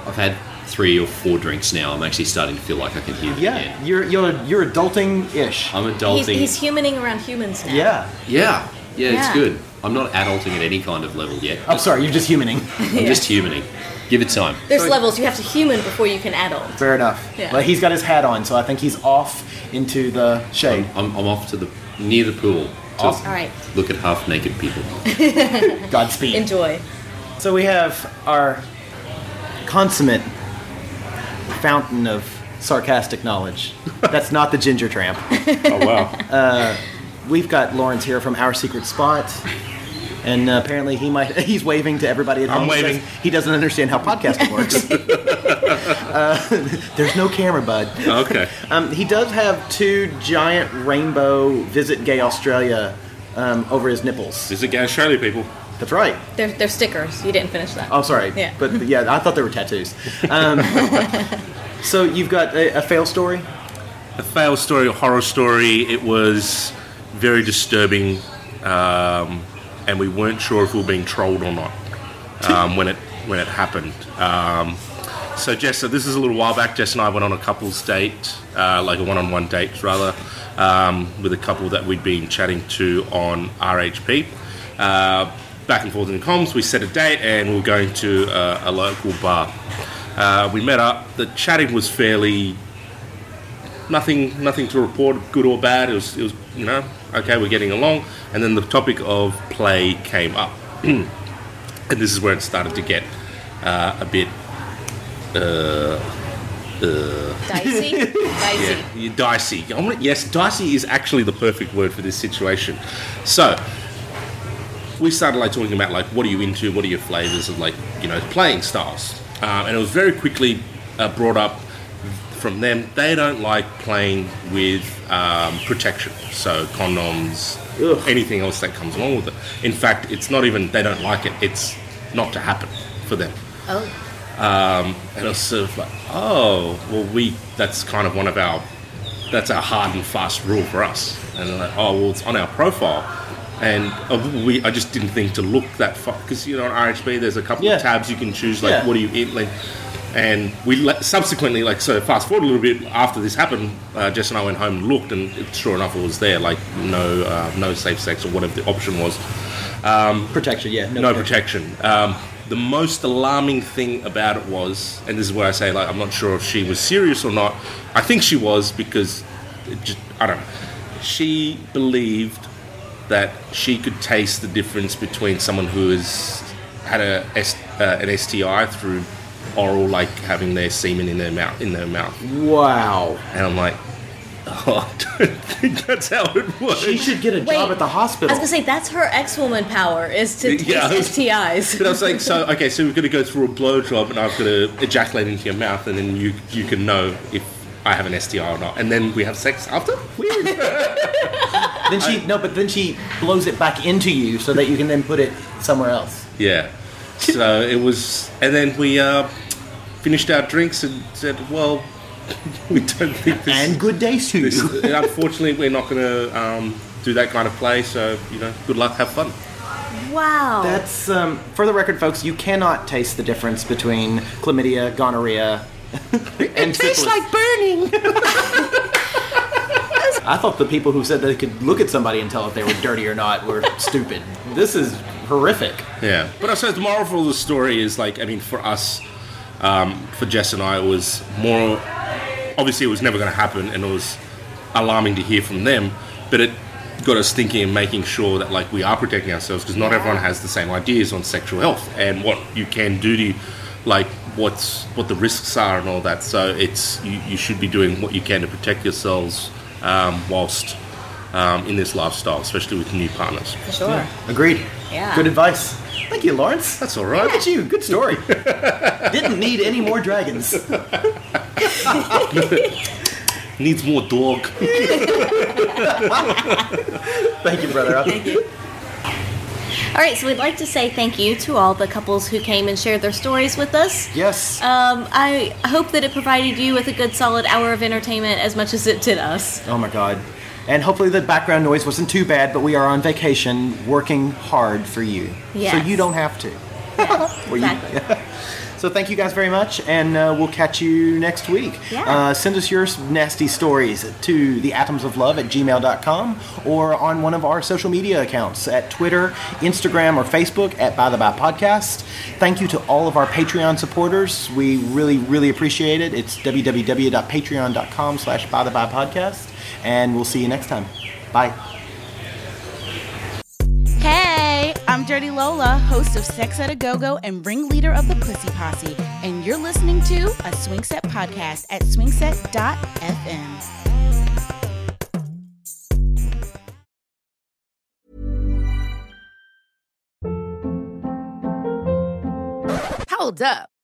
D: I've had three or four drinks now. I'm actually starting to feel like I can hear them
G: Yeah,
D: again.
G: you're you're you're adulting ish.
D: I'm adulting.
F: He's, he's humaning around humans now.
D: Yeah. Yeah,
F: Yeah.
D: it's good. I'm not adulting at any kind of level yet.
G: I'm Oh, sorry, you're just humaning.
D: I'm just humaning. Give it time.
F: There's levels. You have to human before you can adult.
G: Fair enough.
F: Yeah.
G: But he's got his hat on, so I think he's off into the shade.
D: I'm, I'm off to the near the pool. to
F: All right.
D: Look at half naked people.
G: Godspeed.
F: Enjoy.
G: So we have our consummate fountain of sarcastic knowledge. That's not the ginger tramp.
K: Oh, wow.
G: Uh, we've got Lawrence here from Our Secret Spot. And uh, apparently he might he's waving to everybody at
K: I'm
G: home. He
K: waving.
G: says He doesn't understand how podcasting works. uh, there's no camera, bud.
K: Okay.
G: Um, he does have two giant rainbow visit gay Australia um, over his nipples.
K: Visit gay Australia people.
G: That's right.
F: They're, they're stickers. You didn't finish that.
G: Oh, sorry.
F: Yeah.
G: But but yeah, I thought they were tattoos. Um, so you've got a, a fail story.
Q: a fail story, a horror story. It was very disturbing, um, and we weren't sure if we were being trolled or not um, when it when it happened. Um, so Jess, so this is a little while back. Jess and I went on a couple's date, uh, like a one-on-one date rather, um, with a couple that we'd been chatting to on RHP. Uh, back and forth in comms, we set a date and we were going to uh, a local bar. Uh, we met up. The chatting was fairly nothing nothing to report, good or bad. It was, it was you know, okay, we're getting along. And then the topic of play came up. and this is where it started to get uh, a bit. Uh, uh,
F: Dicey. Dicey.
Q: yeah, you- dicey. I'm gonna- yes, dicey is actually the perfect word for this situation. So we started like talking about like what are you into, what are your flavors of like you know playing styles, um, and it was very quickly uh, brought up from them. They don't like playing with um, protection, so condoms, anything else that comes along with it. In fact, it's not even they don't like it; it's not to happen for them.
F: Oh.
Q: Um, and I was sort of like, oh, well, we, that's kind of one of our, that's our hard and fast rule for us. And they're like, oh, well, it's on our profile. And uh, we, I just didn't think to look that far, because, you know, on RHB, there's a couple of tabs you can choose, like,
K: Yeah.
Q: what do you eat? Like, and we le- subsequently, like, so fast forward a little bit after this happened, uh, Jess and I went home and looked, and it- sure enough, it was there, like, no, uh, no safe sex or whatever the option was. Um,
G: protection, yeah.
Q: No, protection. Um, the most alarming thing about it was, and this is where I say, like, I'm not sure if she was serious or not. I think she was because, it just, I don't know. She believed that she could taste the difference between someone who has had a S, uh, an STI through oral, like having their semen in their mouth. In their mouth.
G: Wow.
Q: And I'm like, oh, I don't think that's how it works. She
G: should get a
F: Wait, job at
G: the
F: I was
G: hospital.
F: gonna say that's her ex-woman power is to taste
Q: Yeah.
F: STIs.
Q: But I was like, so okay, so we're gonna go through a blowjob, and I've got to ejaculate into your mouth, and then you you can know if I have an STI or not, and then we have sex after.
G: Then she no, but then she blows it back into you so that you can then put it somewhere else.
Q: Yeah. So it was, and then we uh, finished our drinks and said, well, we don't think this. And
G: good days to
Q: you. unfortunately, we're not going to um, do that kind of play. So you know, good luck. Have fun.
F: Wow.
G: That's um, for the record, folks. You cannot taste the difference between chlamydia, gonorrhea, and syphilis.
N: like burning.
G: I thought the people who said they could look at somebody and tell if they were dirty or not were stupid. This is horrific.
Q: Yeah, but I suppose the moral of the story is like, I mean, for us, um, for Jess and I, it was more. Obviously, it was never going to happen, and it was alarming to hear from them. But it got us thinking and making sure that like we are protecting ourselves because not everyone has the same ideas on sexual health and what you can do to, like what's what the risks are and all that. So it's you, you should be doing what you can to protect yourselves um, whilst um, in this lifestyle, especially with new partners.
F: For sure. Yeah.
G: Agreed.
F: Yeah.
G: Good advice. Thank you, Lawrence.
Q: That's all right.
G: Look at you. Good story. Didn't need any more dragons.
Q: Needs more dog.
G: Thank you, brother.
F: All right, so we'd like to say thank you to all the couples who came and shared their stories with us.
G: Yes.
F: Um, I hope that it provided you with a good solid hour of entertainment as much as it did us.
G: Oh my god. And hopefully the background noise wasn't too bad, but we are on vacation working hard for you. So
F: Yes.
G: you don't have to. Or you-
F: exactly.
G: so thank you guys very much, and uh, we'll catch you next week.
F: Yeah.
G: Uh, send us your s- nasty stories to theatomsoflove at gmail.com or on one of our social media accounts at Twitter, Instagram, or Facebook at By the By Podcast. Thank you to all of our Patreon supporters. We really, really appreciate it. It's www.patreon.com slash By the By Podcast, and we'll see you next time. Bye.
R: Hey, I'm Dirty Lola, host of Sex at a Go Go and ringleader of the Pussy Posse, and you're listening to a Swing Set podcast at swingset.fm.
O: Hold up.